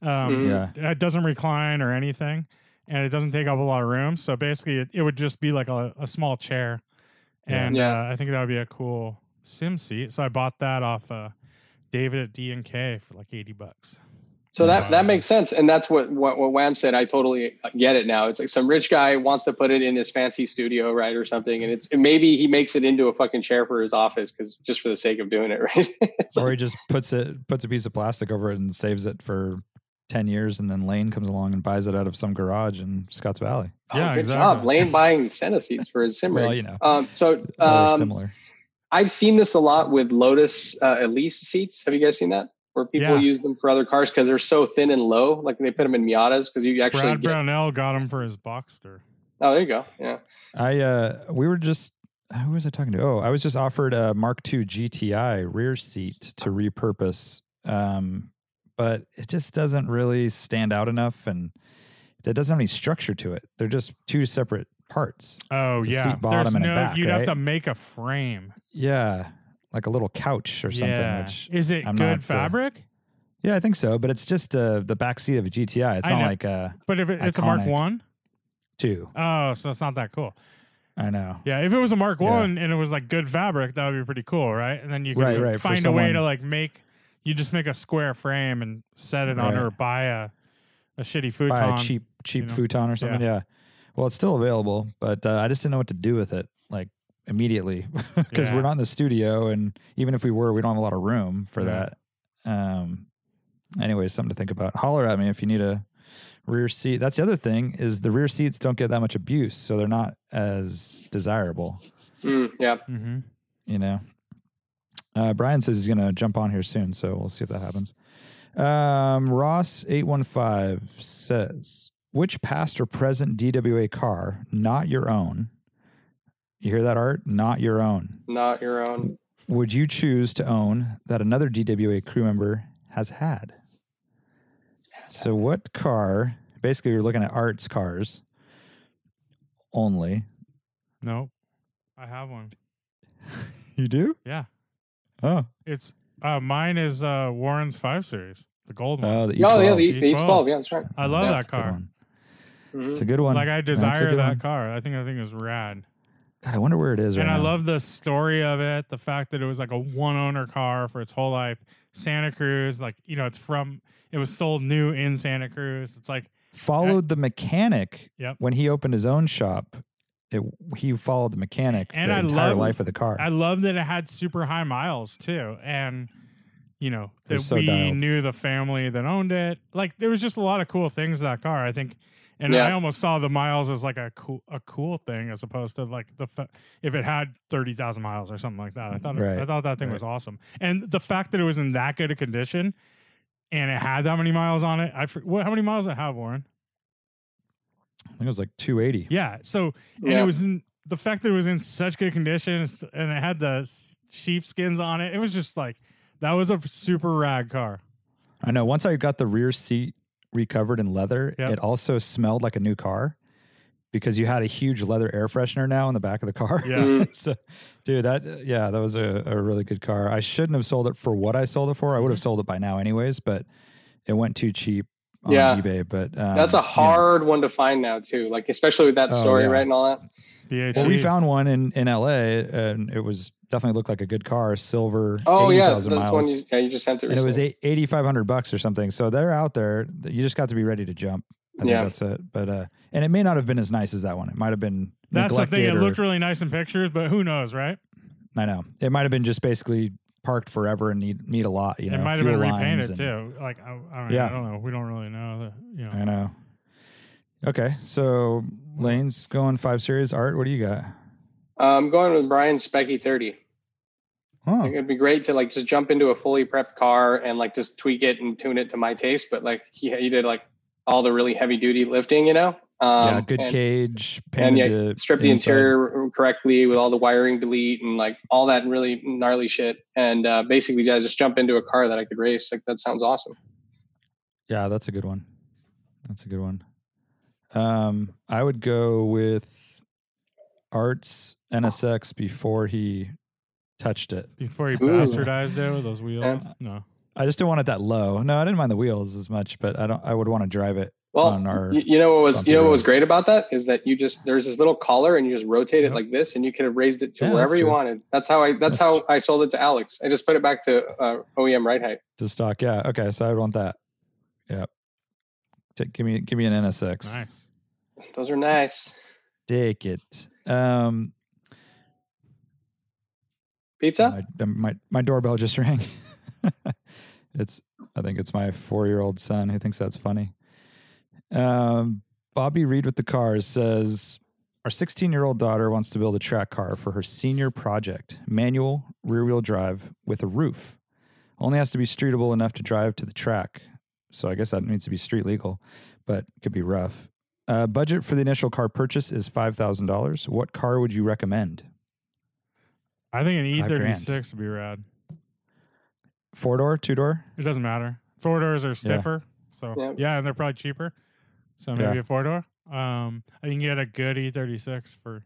C: Um,
E: Mhm.
D: yeah,
C: it doesn't recline or anything, and it doesn't take up a lot of room. So basically, it, it would just be like a, a small chair,
D: Yeah.
C: and
E: Yeah.
C: Uh, I think that would be a cool sim seat. So I bought that off uh, David at D and K for like eighty bucks.
E: So that, that
C: Wow.
E: makes sense. And that's what, what, what Wham said. I totally get it now. It's like some rich guy wants to put it in his fancy studio, right? Or something. And it's, and maybe he makes it into a fucking chair for his office. Cause just for the sake of doing it. Right. It's
D: or
E: like,
D: he just puts it puts a piece of plastic over it and saves it for ten years, and then Lane comes along and buys it out of some garage in Scotts Valley.
E: oh,
C: yeah,
E: good job.
C: exactly.
E: Lane buying Senna seats for his sim rig.
D: Well, you know,
E: um, so,
D: or
E: um,
D: similar.
E: I've seen this a lot with Lotus uh, Elise seats. Have you guys seen that? Where people
C: Yeah.
E: use them for other cars because they're so thin and low. Like they put them in Miatas because you actually
C: Brad
E: get.
C: Brownell got him for his Boxster.
E: Oh, there you go. Yeah.
D: I uh, we were just who was I talking to? Oh, I was just offered a Mark II GTI rear seat to repurpose, um, but it just doesn't really stand out enough, and it doesn't have any structure to it. They're just two separate parts.
C: Oh
D: It's a
C: yeah,
D: seat bottom and a back,
C: you'd have
D: right?
C: to make a frame
D: Yeah, like a little couch or something.
C: Yeah.
D: Which
C: Is it
D: I'm
C: good
D: not, uh,
C: fabric?
D: yeah, I think so. But it's just uh, the back seat of a GTI. It's
C: I
D: not
C: know.
D: like a
C: but if it, it's a Mark
D: iconic.
C: One,
D: two.
C: oh, so that's not that cool.
D: I know.
C: Yeah, if it was a Mark
D: Yeah.
C: One and it was like good fabric, that would be pretty cool, right? And then you could
D: Right, right, for
C: find a way
D: someone-
C: to like make you just make a square frame and set it on
D: Right.
C: or buy a a shitty
D: Buy
C: futon.
D: a cheap cheap
C: you know?
D: futon or something. Yeah. Well, it's still available, but uh, I just didn't know what to do with it like immediately because
C: Yeah.
D: we're not in the studio, and even if we were, we don't have a lot of room for
C: Yeah.
D: that. Um. Anyway, something to think about. Holler at me if you need a rear seat. That's the other thing is the rear seats don't get that much abuse, so they're not as desirable.
E: Mm, yeah.
C: hmm
D: you know. Uh, Brian says he's gonna jump on here soon, so we'll see if that happens. Um, Ross eight one five says, "Which past or present DWA car, not your own? You hear that, Art? Not your own.
E: Not your own.
D: Would you choose to own that another DWA crew member has had? So, what car? Basically, you're looking at Art's cars only.
C: Nope, I have one.
D: You do?
C: Yeah,
D: Oh,
C: it's uh, mine is uh, Warren's five series, the gold one.
D: oh, the
E: Oh, yeah. The,
D: E12.
E: E- the
C: E12.
E: E12. Yeah, that's right.
C: I love
E: yeah,
C: that
D: It's a good
C: car.
D: one.
E: Mhm.
D: It's a good one.
C: Like I
D: a
C: desire
D: good
C: that
D: one.
C: car. I think I think it was rad,
D: God, I wonder where it is
C: and
D: right
C: I
D: now.
C: love the story of it. The fact that it was like a one owner car for its whole life. Santa Cruz, like you know, it's from. It was sold new in Santa Cruz. It's like
D: followed the mechanic
C: Yep.
D: when he opened his own shop. It, he followed the mechanic
C: And
D: the
C: I
D: entire
C: love-
D: life of the car.
C: I love that it had super high miles too, and you know
D: It
C: that
D: was so
C: we
D: dialed.
C: knew the family that owned it. Like there was just a lot of cool things to that car. I think, and
E: Yeah.
C: I almost saw the miles as like a cool a cool thing as opposed to like the fa- if it had thirty thousand miles or something like that. I thought
D: Right,
C: I thought that thing
D: right.
C: was awesome, and the fact that it was in that good a condition. And it had that many miles on it. I fr- what, how many miles did it have, Warren?
D: I think it was like 280.
C: Yeah. So and
E: Yeah.
C: it was in the fact that it was in such good condition s- and it had the s- sheepskins on it. It was just like that was a super rad car.
D: I know. Once I got the rear seat recovered in leather,
C: Yep.
D: it also smelled like a new car because you had a huge leather air freshener now in the back of the car.
C: Yeah.
E: Mm.
D: so, dude, that yeah, that was a, a really good car. I shouldn't have sold it for what I sold it for. I would have sold it by now, anyways, but it went too cheap on
E: Yeah.
D: eBay. But um,
E: That's a
D: you know.
E: hard one to find now, too. Like, especially with that
D: Oh,
E: story,
D: yeah.
E: right? And all that.
C: The AT.
D: Well, we found one in, in LA, and it was definitely looked like a good car, silver,
E: Oh, yeah. That's
D: 80,000 miles,
E: one you, yeah, you just sent it.
D: and it was
E: recently.
D: eight- 8,500 bucks or something. So they're out there. You just got to be ready to jump. I think
E: Yeah.
D: that's it. But uh, and it may not have been as nice as that one. It might have been
C: That's the
D: neglected.
C: thing. It
D: or-
C: looked really nice in pictures, but who knows, right?
D: I know it might have been just basically parked forever and need need a lot. You know,
C: it might have been
D: fuel
C: repainted
D: lines and-
C: too. Like I, I, don't,
D: Yeah.
C: I don't know. We don't really know. That, you know.
D: I know. Okay, so Lane's going five series. Art, what do you got?
E: Um, I'm going with Brian Specky 30. I think
D: Oh,
E: it'd be great to like just jump into a fully prepped car and like just tweak it and tune it to my taste. But like he, he did like all the really heavy duty lifting, you know. Um,
D: yeah, good
E: and,
D: cage.
E: And
D: painted
E: yeah, strip the
D: inside.
E: interior correctly with all the wiring delete and like all that really gnarly shit. And uh, basically, yeah, just jump into a car that I could race. Like that sounds awesome.
D: Yeah, that's a good one. That's a good one. Um, I would go with Arts NSX before he touched it.
C: Before he
E: Ooh.
C: bastardized it with those wheels. No.
D: I just didn't want it that low. No, I didn't mind the wheels as much, but I don't. I would want to drive it
E: Well,
D: on our.
E: you, you know what was
D: bumpy
E: you know what was
D: roads.
E: great about that is that you just there's this little collar and you just rotate
D: Yep.
E: it like this and you could have raised it to
D: Yeah, that's
E: wherever you
D: true.
E: wanted. That's how I
D: That's
E: that's, how I sold it to Alex. I just put it back to uh, OEM right height.
D: to stock. Yeah. Okay. So I would want that. Yeah. Take, give me give me an NSX.
C: Nice.
E: Those are nice.
D: Take it. Um,
E: Pizza?
D: my, um, my my doorbell just rang. it's I think it's my four year old son who thinks that's funny. Um, Bobby Reed with the cars says our 16 year old daughter wants to build a track car for her senior project, manual rear wheel drive with a roof. Only has to be streetable enough to drive to the track. So I guess that needs to be street legal, but could be rough. Uh, budget for the initial car purchase is five thousand dollars. What car would you recommend?
C: I think an E
D: Five grand.
C: thirty six would be rad.
D: Four door, two door?
C: It doesn't matter. Four doors are stiffer, so
E: Yeah.
C: yeah, and they're probably cheaper. So maybe
D: Yeah.
C: a four door. Um, I can get a good E thirty six for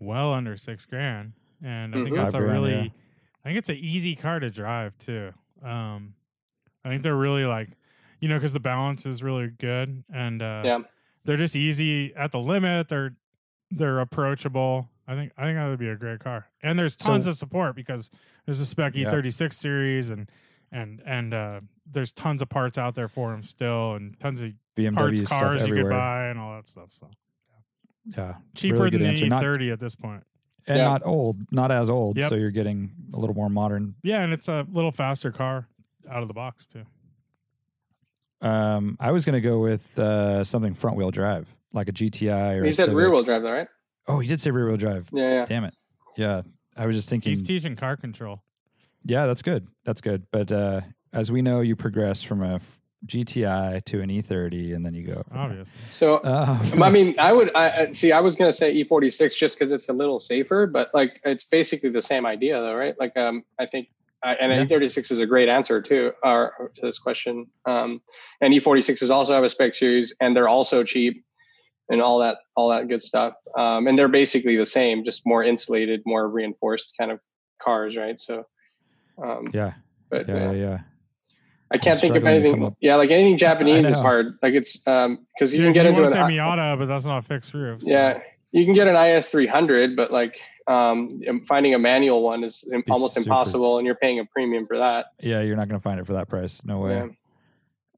C: well under six grand, and I think
E: Mhm.
C: that's
D: Five
C: a
D: grand,
C: really,
D: yeah.
C: I think it's an easy car to drive too. Um, I think they're really like, you know, because the balance is really good, and uh,
E: Yeah.
C: they're just easy at the limit. They're they're approachable. I think I think that would be a great car. And there's
D: So-
C: tons of support because there's a Spec
D: Yeah.
C: E36 series and and and uh, there's tons of parts out there for them still, and tons of
D: BMW
C: parts
D: stuff
C: cars you
D: everywhere.
C: could buy and all that stuff. So
D: Yeah,
C: cheaper
D: Really good
C: than the
D: answer. Not-
C: E30 at this point.
D: and
E: Yeah.
D: not old, not as old.
C: Yep.
D: So you're getting a little more modern.
C: Yeah, and it's a little faster car out of the box too.
D: Um, I was gonna go with uh, something front wheel drive, like a GTI or.
E: You
D: a
E: said
D: Civic.
E: rear wheel drive though, right?
D: Oh, you did say rear wheel drive.
E: Yeah, yeah.
D: Damn it. Yeah, I was just thinking.
C: He's teaching car control.
D: yeah, that's good. That's good. But uh, as we know, you progress from a f- GTI to an E30, and then you go.
C: Obviously,
E: So
D: Um,
E: I mean, I would I, I- see. I was gonna say E46 just because it's a little safer, but like it's basically the same idea, though, right? Like, um, I think, I, and
D: Yeah.
E: E36 is a great answer too, or to this question. Um, and E46s also have a spec series, and they're also cheap, and all that, all that good stuff. Um, and they're basically the same, just more insulated, more reinforced kind of cars, right? So, um,
D: yeah,
E: but
D: yeah, yeah,
E: yeah.
D: yeah.
E: I can't think of
D: struggling to come
E: anything.
D: up-
E: Yeah, like anything Japanese is
D: know.
E: hard. Like it's um because you
C: Yeah,
E: can
C: 'cause
E: get
C: you
E: into
C: want
E: an
C: to say Miata, but that's not a fixed roof. so-
E: yeah, you can get an IS 300, but like um, finding a manual one is im-
D: Be
E: almost
D: super-
E: impossible, and you're paying a premium for that.
D: Yeah, you're not gonna find it for that price. No way.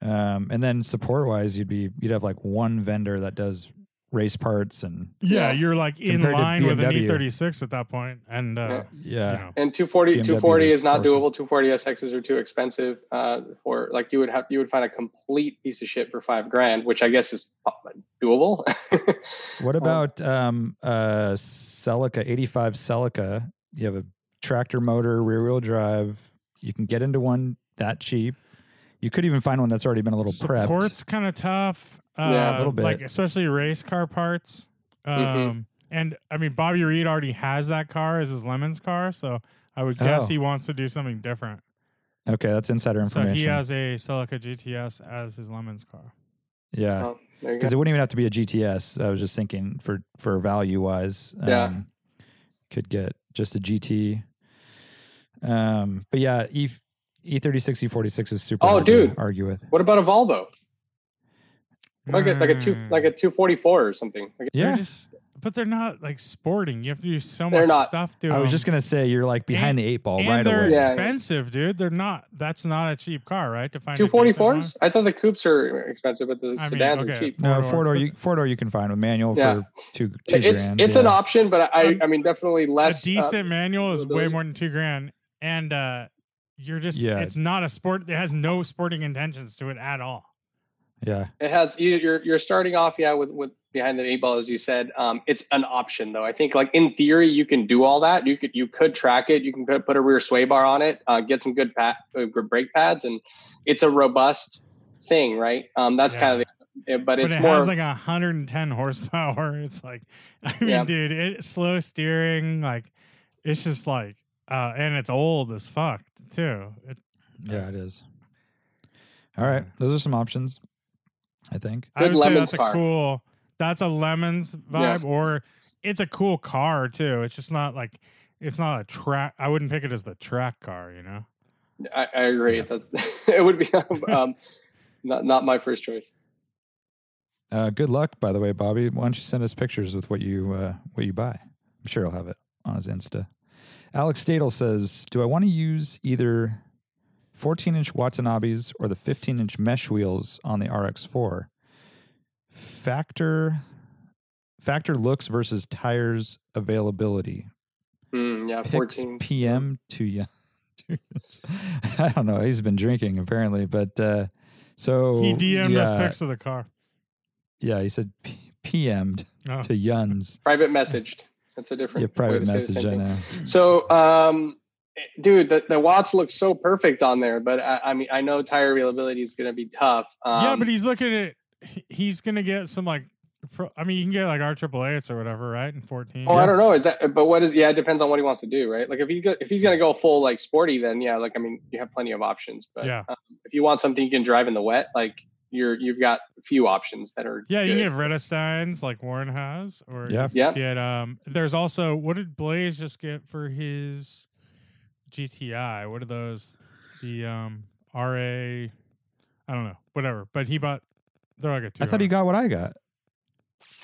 E: Yeah.
D: Um, and then support wise, you'd be you'd have like one vendor that does race parts and
C: yeah,
E: Yeah.
C: you're like in
D: Compared to
C: line with an
D: BMW.
C: E36 at that point, and uh,
D: yeah,
C: you know,
E: And 240,
D: BMW
E: 240 is not
D: sources.
E: doable. 240 SXs are too expensive. Uh, for like you would have you would find a complete piece of shit for five grand, which I guess is uh, doable.
D: What
E: Um,
D: about um uh Celica 85 Celica? You have a tractor motor, rear wheel drive. You can get into one that cheap. You could even find one that's already been a little prepped.
C: Support's kind of tough. Uh,
E: Yeah,
D: a little bit.
C: Like especially race car parts. Um,
E: Mhm.
C: And I mean, Bobby Reed already has that car as his Lemons car, so I would guess
D: Oh.
C: he wants to do something different.
D: Okay, that's insider
C: So
D: information.
C: he has a Celica GTS as his Lemons car.
D: yeah.
E: Oh, there you go.
D: Because it wouldn't even have to be a GTS. I was just thinking for for value wise. Um,
E: Yeah.
D: Could get just a GT. Um, but yeah, E E thirty six, E forty six is super
E: Oh,
D: hard to
E: dude.
D: argue with.
E: What about a Volvo? Like a, like a two
C: Mm.
E: like a 244 or something. Like
C: They're
D: Hmm. Yeah.
C: just- but they're not like sporting. You have to do so
E: They're
C: much
E: not.
C: stuff to
D: I was
C: them.
D: just gonna say you're like behind
C: And-
D: the eight ball
C: and
D: right
C: they're
D: away.
E: Yeah.
C: expensive, dude. They're not. That's not a cheap car, right? To find a decent one?
E: 244s? I thought the coupes are expensive, but the
C: I mean,
E: sedans
C: okay.
E: are cheap.
D: No,
C: Four-door.
D: four door you four door you can find with manual
E: Yeah.
D: for two two
E: It's
D: grand.
E: it's
D: yeah.
E: an option, but I
C: Um,
E: I mean definitely
C: a
E: less uh,
C: decent manual is way
E: ability.
C: more than two grand, and uh, You're just
D: Yeah.
C: it's not a sport. It has no sporting intentions to it at all.
D: Yeah.
E: It has you, you're you're starting off yeah with with behind the eight ball as you said. Um, it's an option though. I think like in theory you can do all that. You could you could track it. You can put put a rear sway bar on it. Uh, get some good pat uh, good brake pads, and it's a robust thing, right? Um, that's
C: Yeah.
E: kind of the, but
C: But
E: it's
C: it
E: more
C: has like 110 horsepower. It's like, I mean,
E: Yeah.
C: dude, it slow steering. Like, it's just like, uh, and it's old as fuck too. It,
D: Yeah, it is. All right. Those are some options, I think.
C: I
E: Good
C: would say
E: lemons
C: that's a
E: car.
C: cool. That's a lemons
E: Yeah.
C: vibe, or it's a cool car too. It's just not like it's not a track. I wouldn't pick it as the track car, you know.
E: I, I agree. That's it would be um, not not my first choice.
D: Uh, good luck, by the way, Bobby. Why don't you send us pictures with what you uh, what you buy? I'm sure he'll have it on his Insta. Alex Stadel says, "Do I want to use either 14-inch Watanabes or the 15-inch mesh wheels on the RX4? Factor factor looks versus tires availability.
E: Mm, yeah,
D: Picks
E: fourteen.
D: PM to you. I don't know. He's been drinking apparently, but uh, so
C: he DM'd us
D: Oh, yeah,
C: pics of the car.
D: Yeah, he said P- PM'd
C: Oh.
D: to Yuns.
E: Private messaged. That's a different
D: Your
E: way
D: private
E: to say the same
D: message, I
E: thing.
D: know.
E: So, um, dude, the, the watts look so perfect on there, but I, I mean, I know tire availability is going to be tough. Um,
C: yeah, but he's looking at. he- He's gonna get some like. Pro, I mean, you can get like R triple eights or whatever, right? In 14.
E: Oh, I don't know. Is that? But what is? Yeah, it depends on what he wants to do, right? Like if he's go, if he's going to go full like sporty, then yeah, like I mean, you have plenty of options. But
C: Yeah.
E: um, if you want something you can drive in the wet, like you're you've got a few options that are.
C: Yeah, you
E: good.
C: can get Redesteins like Warren has, or
D: Yeah.
E: Yeah.
C: get um. There's also what did Blaze just get for his GTI? What are those? The um RA, I don't know, whatever. But he bought. They're like a two.
D: I thought he got what I got.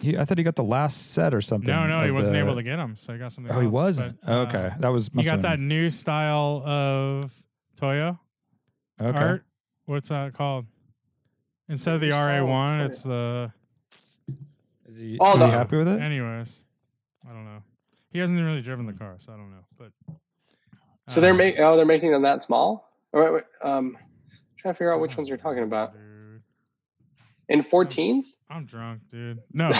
D: He, I thought he got the last set or something.
C: No, no, he
D: of
C: wasn't
D: the-
C: able to get them, so he got something.
D: Oh, he
C: else,
D: wasn't.
C: but, uh,
D: okay, that was.
C: You
D: must
C: got
D: have
C: that new style of Toyo
D: been- Okay.
C: art. What's that called? Instead of the
E: New style
C: RA
E: of
C: one,
E: Toyo.
C: it's the.
D: Is he,
E: Oh,
D: is
E: the-
D: he happy with it?
C: Anyways, I don't know. He hasn't really driven the car, so I don't know. But
E: So they're
C: um,
E: making oh they're making them that small. Or wait, wait, um, trying to figure out which ones you're talking about.
C: Dude, Oh.
E: In 14s?
C: I'm drunk, dude. No.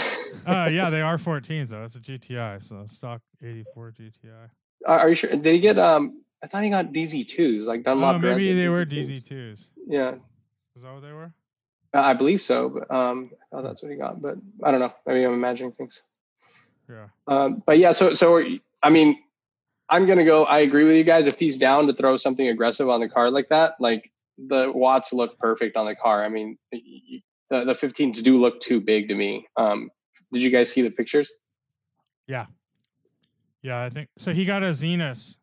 C: Uh, yeah, they are 14s though. That's a GTI, so stock 84 GTI.
E: Are are you sure? Did he get? Um, I thought he got DZ2s, like Dunlop.
C: Oh, maybe
E: Durezzo
C: they were
E: DZ2s.
C: DZ2s.
E: Yeah,
C: Is that what they were?
E: I I believe so. But um, I thought that's what he got. But I don't know. Maybe I'm imagining things.
C: Yeah.
E: Um, but yeah, so so I mean, I'm gonna go. I agree with you guys. If he's down to throw something aggressive on the car like that, like the watts look perfect on the car. I mean, the the the 15s do look too big to me. Um, did you guys see the pictures?
C: Yeah, I think so. He got a Xenus.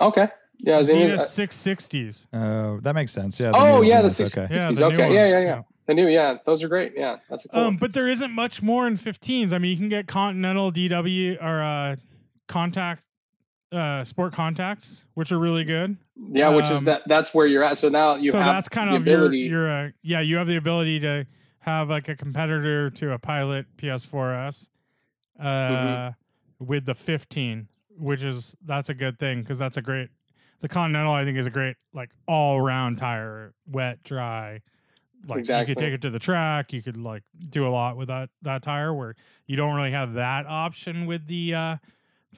E: Okay. Yeah. uh,
C: Xenus
E: Xenia's-
C: 660s.
D: Oh, that makes sense. Yeah.
E: Oh,
D: new
E: yeah,
D: Zenos,
E: the six-
D: okay.
C: Yeah,
E: 60s,
C: the new
E: okay, yeah,
C: ones,
E: yeah, yeah. The new, yeah, those are great. Yeah, that's a cool.
C: Um,
E: one.
C: but there isn't much more in 15s. I mean, you can get Continental DW or uh, contact uh, sport contacts, which are really good.
E: yeah, which is
C: um,
E: that that's where you're at. So now you
C: so
E: have
C: that's kind
E: the
C: of
E: ability.
C: your your uh, yeah you have the ability to have like a competitor to a pilot ps4s uh
E: Mm-hmm.
C: with the 15 which is that's a good thing because that's a great the continental i think is a great like all-round tire wet dry like you
E: Exactly.
C: could take it to the track you could like do a lot with that that tire where you don't really have that option with the uh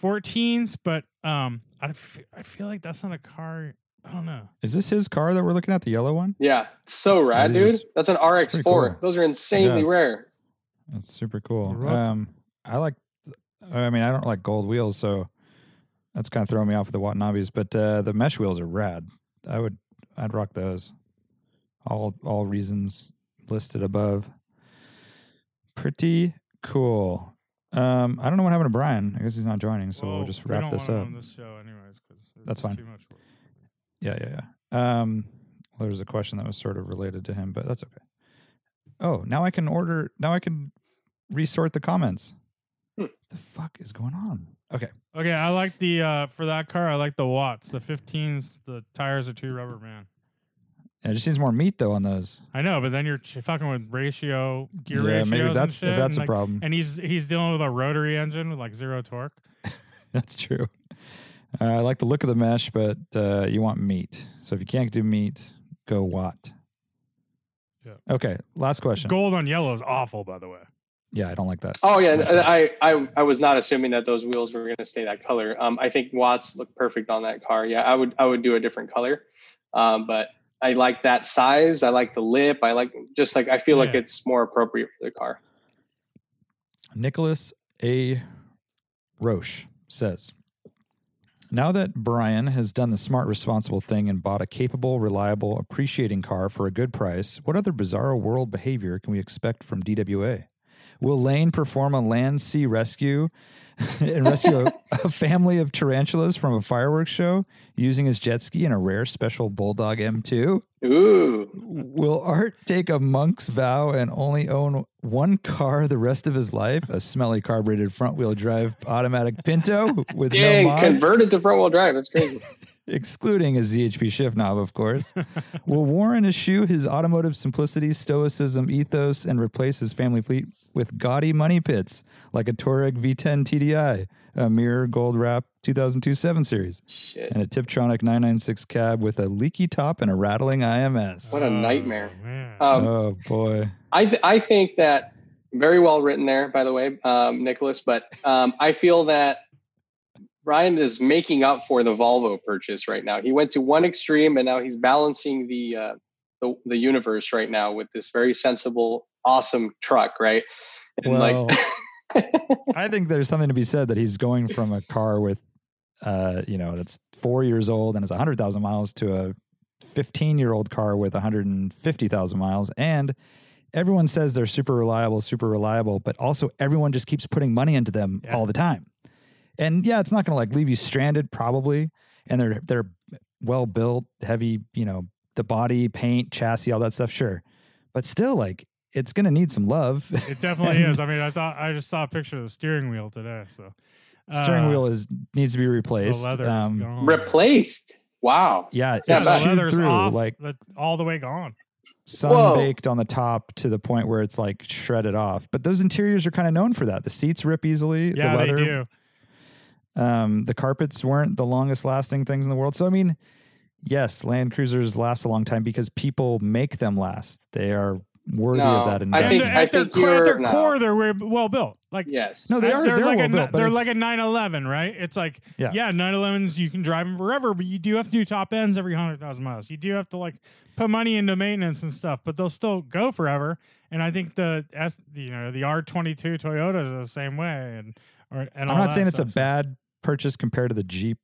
C: 14s but um i, f- I feel like that's not a car i don't know
D: Is this his car that we're looking at? The yellow one?
E: yeah, so rad,
D: That
E: dude.
D: is-
E: that's an RX4.
D: cool.
E: Those are insanely
D: Yes.
E: rare.
D: That's super cool.
C: Right.
D: Um, I like. I mean, I don't like gold wheels, so that's kind of throwing me off with the Watanabes. But uh, the mesh wheels are rad. I would, I'd rock those. All all reasons listed above. Pretty cool. Um, I don't know what happened to Brian. I guess he's not joining, so we'll
C: Well,
D: just
C: we
D: wrap
C: don't
D: this
C: wanna
D: up.
C: own this show anyways, 'cause it's
D: That's fine.
C: Too much work.
D: Yeah, yeah, yeah. Um, well, there was a question that was sort of related to him, but that's okay. Oh, now I can order. Now I can resort the comments.
E: Hmm.
D: The fuck is going on? Okay,
C: Okay, I like the uh for that car. I like the watts. The 15s. The tires are too rubber, man.
D: it just needs more meat though on those.
C: I know, but then you're ch- fucking with ratio gear
D: yeah,
C: ratios
D: maybe if
C: and
D: that's
C: shit.
D: if that's
C: and
D: a
C: like-
D: problem.
C: And he's he's dealing with a rotary engine with like zero torque.
D: that's true. Uh, I like the look of the mesh, but uh, you want meat. So if you can't do meat, go watt.
C: Yeah.
D: Okay. Last question.
C: Gold on yellow is awful, by the way.
D: Yeah, I don't like that.
E: Oh yeah,
D: Myself.
E: I, I I was not assuming that those wheels were going to stay that color. Um, I think Watts look perfect on that car. Yeah, I would I would do a different color, um, but I like that size. I like the lip. I like just like I feel like
C: Yeah.
E: it's more appropriate for the car.
D: Nicholas A. Roche says Now that Brian has done the smart, responsible thing and bought a capable, reliable, appreciating car for a good price, what other bizarre world behavior can we expect from DWA? Will Lane perform a land sea rescue and rescue a, a family of tarantulas from a fireworks show using his jet ski and a rare special Bulldog M2?
E: Ooh,
D: Will Art take a monk's vow and only own one car the rest of his life? A smelly carbureted front wheel drive automatic Pinto with
E: dang!
D: no mods,
E: converted to front wheel drive. That's crazy.
D: excluding a ZHP shift knob, of course. Will Warren eschew his automotive simplicity, stoicism, ethos, and replace his family fleet with gaudy money pits like a Touareg V10 TDI, a mirror gold wrap 2002 7 Series,
E: Shit,
D: and a Tiptronic 996 cab with a leaky top and a rattling IMS?
E: What a nightmare.
C: man.
E: Um,
D: oh boy.
E: I th- I think that very well written there, by the way, um, Nicholas. But um, I feel that Brian is making up for the Volvo purchase right now. He went to one extreme, and now he's balancing the uh, the, the universe right now with this very sensible, awesome truck, right? And
D: Well,
E: like,
D: I think there's something to be said that he's going from a car with, uh, you know, that's four years old and it's 100,000 miles to a 15 year old car with 150,000 miles. And everyone says they're super reliable, super reliable, but also everyone just keeps putting money into them
C: Yeah.
D: all the time. And yeah, it's not going to like leave you stranded probably. And they're, they're well built, heavy, you know, the body, paint, chassis, all that stuff. Sure. But still like, it's going to need some love.
C: it definitely
D: and-
C: is. I mean, I thought I just saw a picture of the steering wheel today. So
D: steering
C: Uh,
D: wheel is needs to be
C: the
D: replaced.
C: leather
D: Um,
C: is gone.
E: replaced. Wow.
D: Yeah, it's
E: Yeah,
C: the
E: but-
D: chewed
C: leather's
D: through,
C: off,
D: like
C: the, all the way gone.
D: sun baked on the top to the point where it's like shredded off. But those interiors are kind of known for that. The seats rip easily.
C: Yeah,
D: the
C: they
D: leather,
C: do.
D: Um, the carpets weren't the longest lasting things in the world. So I mean, yes, Land Cruisers last a long time because people make them last. They are worthy
E: No,
D: of that
E: I
C: And
E: think-
D: investment.
C: at, their,
E: think
C: core, at their
E: you're- no.
C: core, they're we- well built. Like
E: Yes.
D: no, they
C: I-
D: are.
C: They're,
D: They're,
C: like
D: well
C: a
D: built, but
C: they're like
D: it's-
C: a 911, right? It's like
D: Yeah.
C: yeah, 911s you can drive them forever, but you do have to do top ends every hundred thousand miles. You do have to like put money into maintenance and stuff, but they'll still go forever. And I think the S, you know, the R22 Toyotas are the same way. And or, and
D: I'm
C: all
D: not
C: that
D: saying it's a
C: stuff. So-
D: bad purchase compared to the Jeep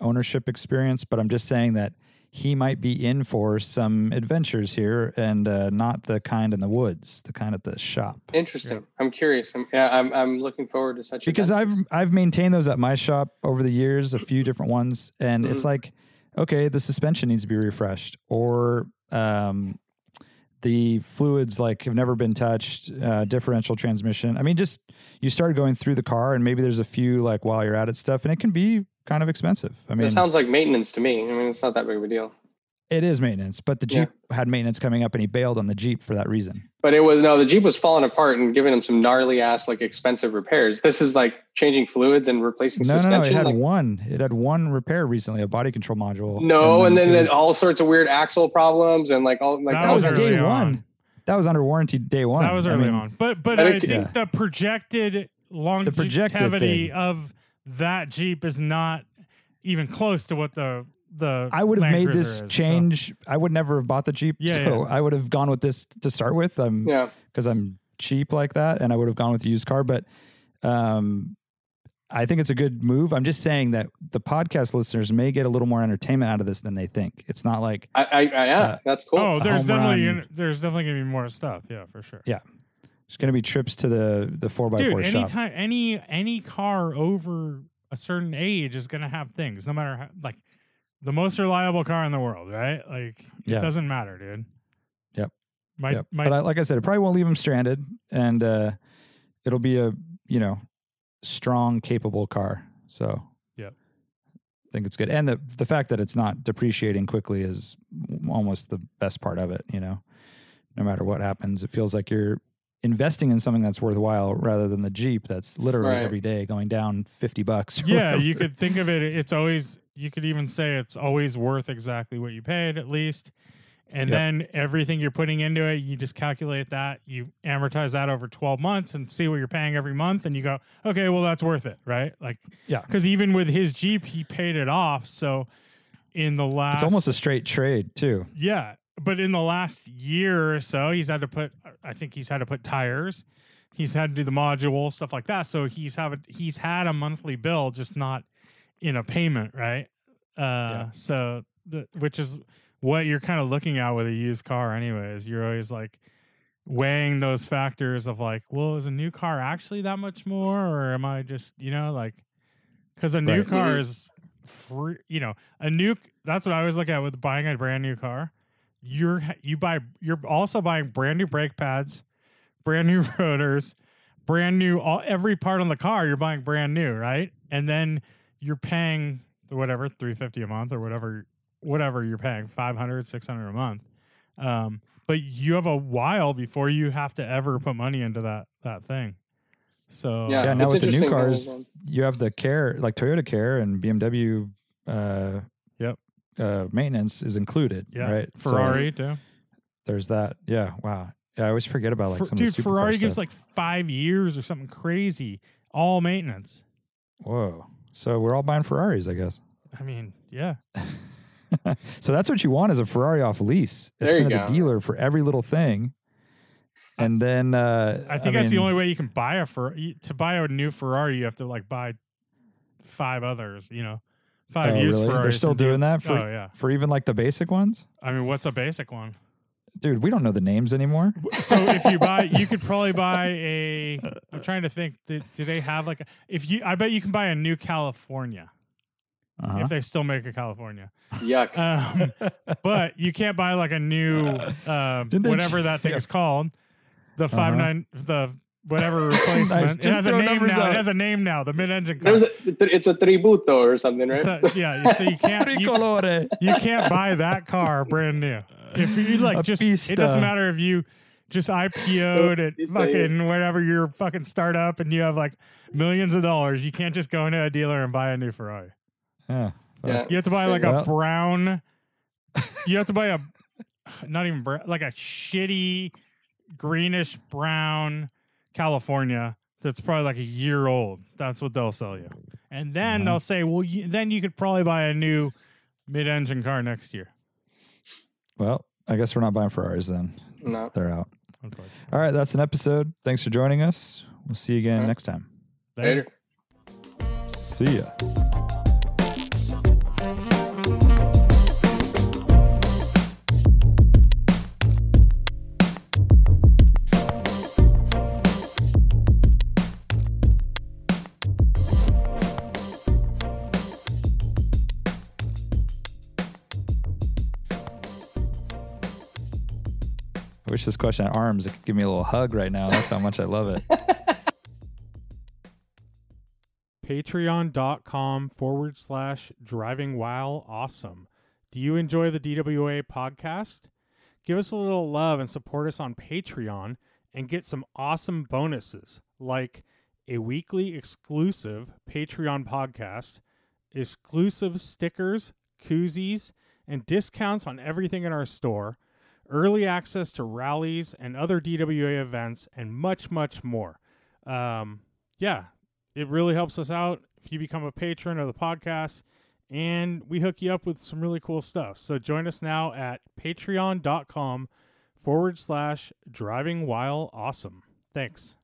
D: ownership experience, but I'm just saying that he might be in for some adventures here and uh, not the kind in the woods, the kind at the shop.
E: Interesting. I'm curious. I'm, yeah, I'm, I'm looking forward to such
D: Because
E: a
D: I've I've maintained those at my shop over the years, a few different ones, and it's
E: Mm-hmm.
D: like, okay, the suspension needs to be refreshed, or um, the fluids like have never been touched, uh, differential transmission. I mean, just you start going through the car, and maybe there's a few like while you're at it stuff, and it can be kind of expensive. I mean,
E: That sounds like maintenance to me. I mean, it's not that big of a deal.
D: It is maintenance, but the
E: Yeah.
D: Jeep had maintenance coming up and he bailed on the Jeep for that reason.
E: But it was no, the Jeep was falling apart and giving him some gnarly ass like expensive repairs. This is like changing fluids and replacing
D: No, no, no. It
E: suspension.
D: had
E: like-
D: one. It had one repair recently, a body control module.
E: no, and then,
D: it
E: it-
D: was-
E: all sorts of weird axle problems and like all like
C: That
D: that was
C: was
D: day
C: early
D: one.
C: on.
D: That was under warranty day one.
C: That was
D: I
C: early
D: mean,
C: on, but but
E: But
C: I
E: it-
C: think
D: yeah.
C: the projected longevity
D: thing.
C: of that Jeep is not even close to what the the
D: I would have
C: Land
D: made
C: Cruiser
D: this
C: is, so-
D: change. I would never have bought the Jeep.
C: Yeah,
D: so I would have gone with this to start with. I'm
E: yeah.
D: because I'm cheap like that, and I would have gone with the used car. But um, I think it's a good move. I'm just saying that the podcast listeners may get a little more entertainment out of this than they think. It's not like
E: I, I, I yeah,
D: Uh,
E: that's cool.
C: Oh,
D: a
C: there's
D: home
C: definitely
D: run.
C: gonna, there's definitely gonna be more stuff. Yeah, for sure.
D: it's going to be trips to the the four by four
C: Dude,
D: shop.
C: anytime any any car over a certain age is gonna have things, no matter how like the most reliable car in the world, right? Like
D: Yeah.
C: it doesn't matter, dude.
D: Yep.
C: My
D: Yep.
C: my
D: but I, like I said, it probably won't leave them stranded, and uh, it'll be a you know strong, capable car. So
C: Yep.
D: I think it's good, and the the fact that it's not depreciating quickly is almost the best part of it. You know, no matter what happens, it feels like you're investing in something that's worthwhile rather than the Jeep that's literally
E: Right.
D: every day going down 50 bucks. or
C: yeah, you
D: whatever.
C: could think of it. It's always you could even say it's always worth exactly what you paid at least. And
D: Yep.
C: then everything you're putting into it, you just calculate that, you amortize that over 12 months and see what you're paying every month and you go, "Okay, well that's worth it," right? Like
D: Yeah.
C: Cuz even with his Jeep, he paid it off, so in the last
D: It's almost a straight trade, too.
C: yeah, but in the last year or so, he's had to put. I think he's had to put tires. He's had to do the module stuff like that. So he's have a, he's had a monthly bill, just not in a payment, right? Uh,
D: Yeah.
C: So the, which is what you're kind of looking at with a used car, anyways. You're always like weighing those factors of like, well, is a new car actually that much more, or am I just you know like because a new
D: Right.
C: car
E: Mhm.
C: is free, you know, a new. That's what I always look at with buying a brand new car. You're you buy you're also buying brand new brake pads, brand new rotors, brand new all every part on the car. You're buying brand new, right? And then you're paying whatever three fifty a month or whatever whatever you're paying 500 600 a month um but you have a while before you have to ever put money into that that thing so
E: Yeah,
D: yeah, now
E: it's
D: with the new
E: interesting how
D: cars,
E: those-
D: you have the care, like Toyota Care and BMW. Uh,
C: Yep.
D: Uh, maintenance is included,
C: yeah
D: right? So
C: ferrari too
D: there's that. Yeah. Wow. Yeah, I always forget about like
C: Fer-
D: some of
C: dude
D: the supercar
C: ferrari gives
D: stuff.
C: like five years or something crazy all maintenance
D: whoa. So we're all buying Ferraris, I guess.
C: i mean yeah
D: so that's what you want is a Ferrari off lease. It's
E: There you
D: been at the
E: go.
D: dealer for every little thing. And then uh,
C: i think that's the
D: mean,
C: only way you can buy a ferrari to buy a new ferrari you have to like buy five others you know five
D: oh,
C: used
D: really?
C: ferraris
D: They're still
C: and do-
D: doing that for
C: oh yeah
D: for even like the basic ones,
C: i mean what's a basic one
D: dude. We don't know the names anymore.
C: So if you buy, you could probably buy a. I'm trying to think. Do, do they have like a? If you, I bet you can buy a new California
D: Uh-huh.
C: if they still make a California.
E: Yuck.
C: Um, but you can't buy like a new um,
D: Didn't they
C: whatever that thing
D: yeah.
C: is called. The 5
D: Uh-huh.
C: nine the whatever replacement. it
D: Just
C: has a
D: throw
C: name
D: numbers
C: now.
D: out.
C: It has a name now. The mid-engine car.
E: There's a, it's a tributo or something, right?
C: So, yeah, so you can't you,
D: Tricolore.
C: you can't buy that car brand new. If you like,
D: A
C: just
D: pista.
C: it doesn't matter if you just IPO'd at
E: Pista,
C: fucking whatever your fucking startup and you have like millions of dollars. You can't just go into a dealer and buy a new Ferrari.
D: Yeah.
E: yeah.
C: You have to buy like a
D: Well-
C: brown. You have to buy a not even bra- like a shitty greenish brown California that's probably like a year old. That's what they'll sell you, and then
D: Uh-huh.
C: they'll say, "Well, you, then you could probably buy a new mid-engine car next year."
D: Well, I guess we're not buying Ferraris then.
E: No.
D: They're out.
C: Unfortunately.
D: All right, that's an episode. Thanks for joining us. We'll see you again
E: All right.
D: next time.
E: Later.
D: See ya. I wish this question had arms. It could give me a little hug right now. That's how much I love it.
C: patreon.com forward slash driving while awesome. Do you enjoy the DWA podcast? Give us a little love and support us on Patreon and get some awesome bonuses like a weekly exclusive Patreon podcast, exclusive stickers, koozies, and discounts on everything in our store, early access to rallies and other DWA events, and much, much more. Um, yeah, it really helps us out if you become a patron of the podcast and we hook you up with some really cool stuff so join us now at patreon.com forward slash driving while awesome thanks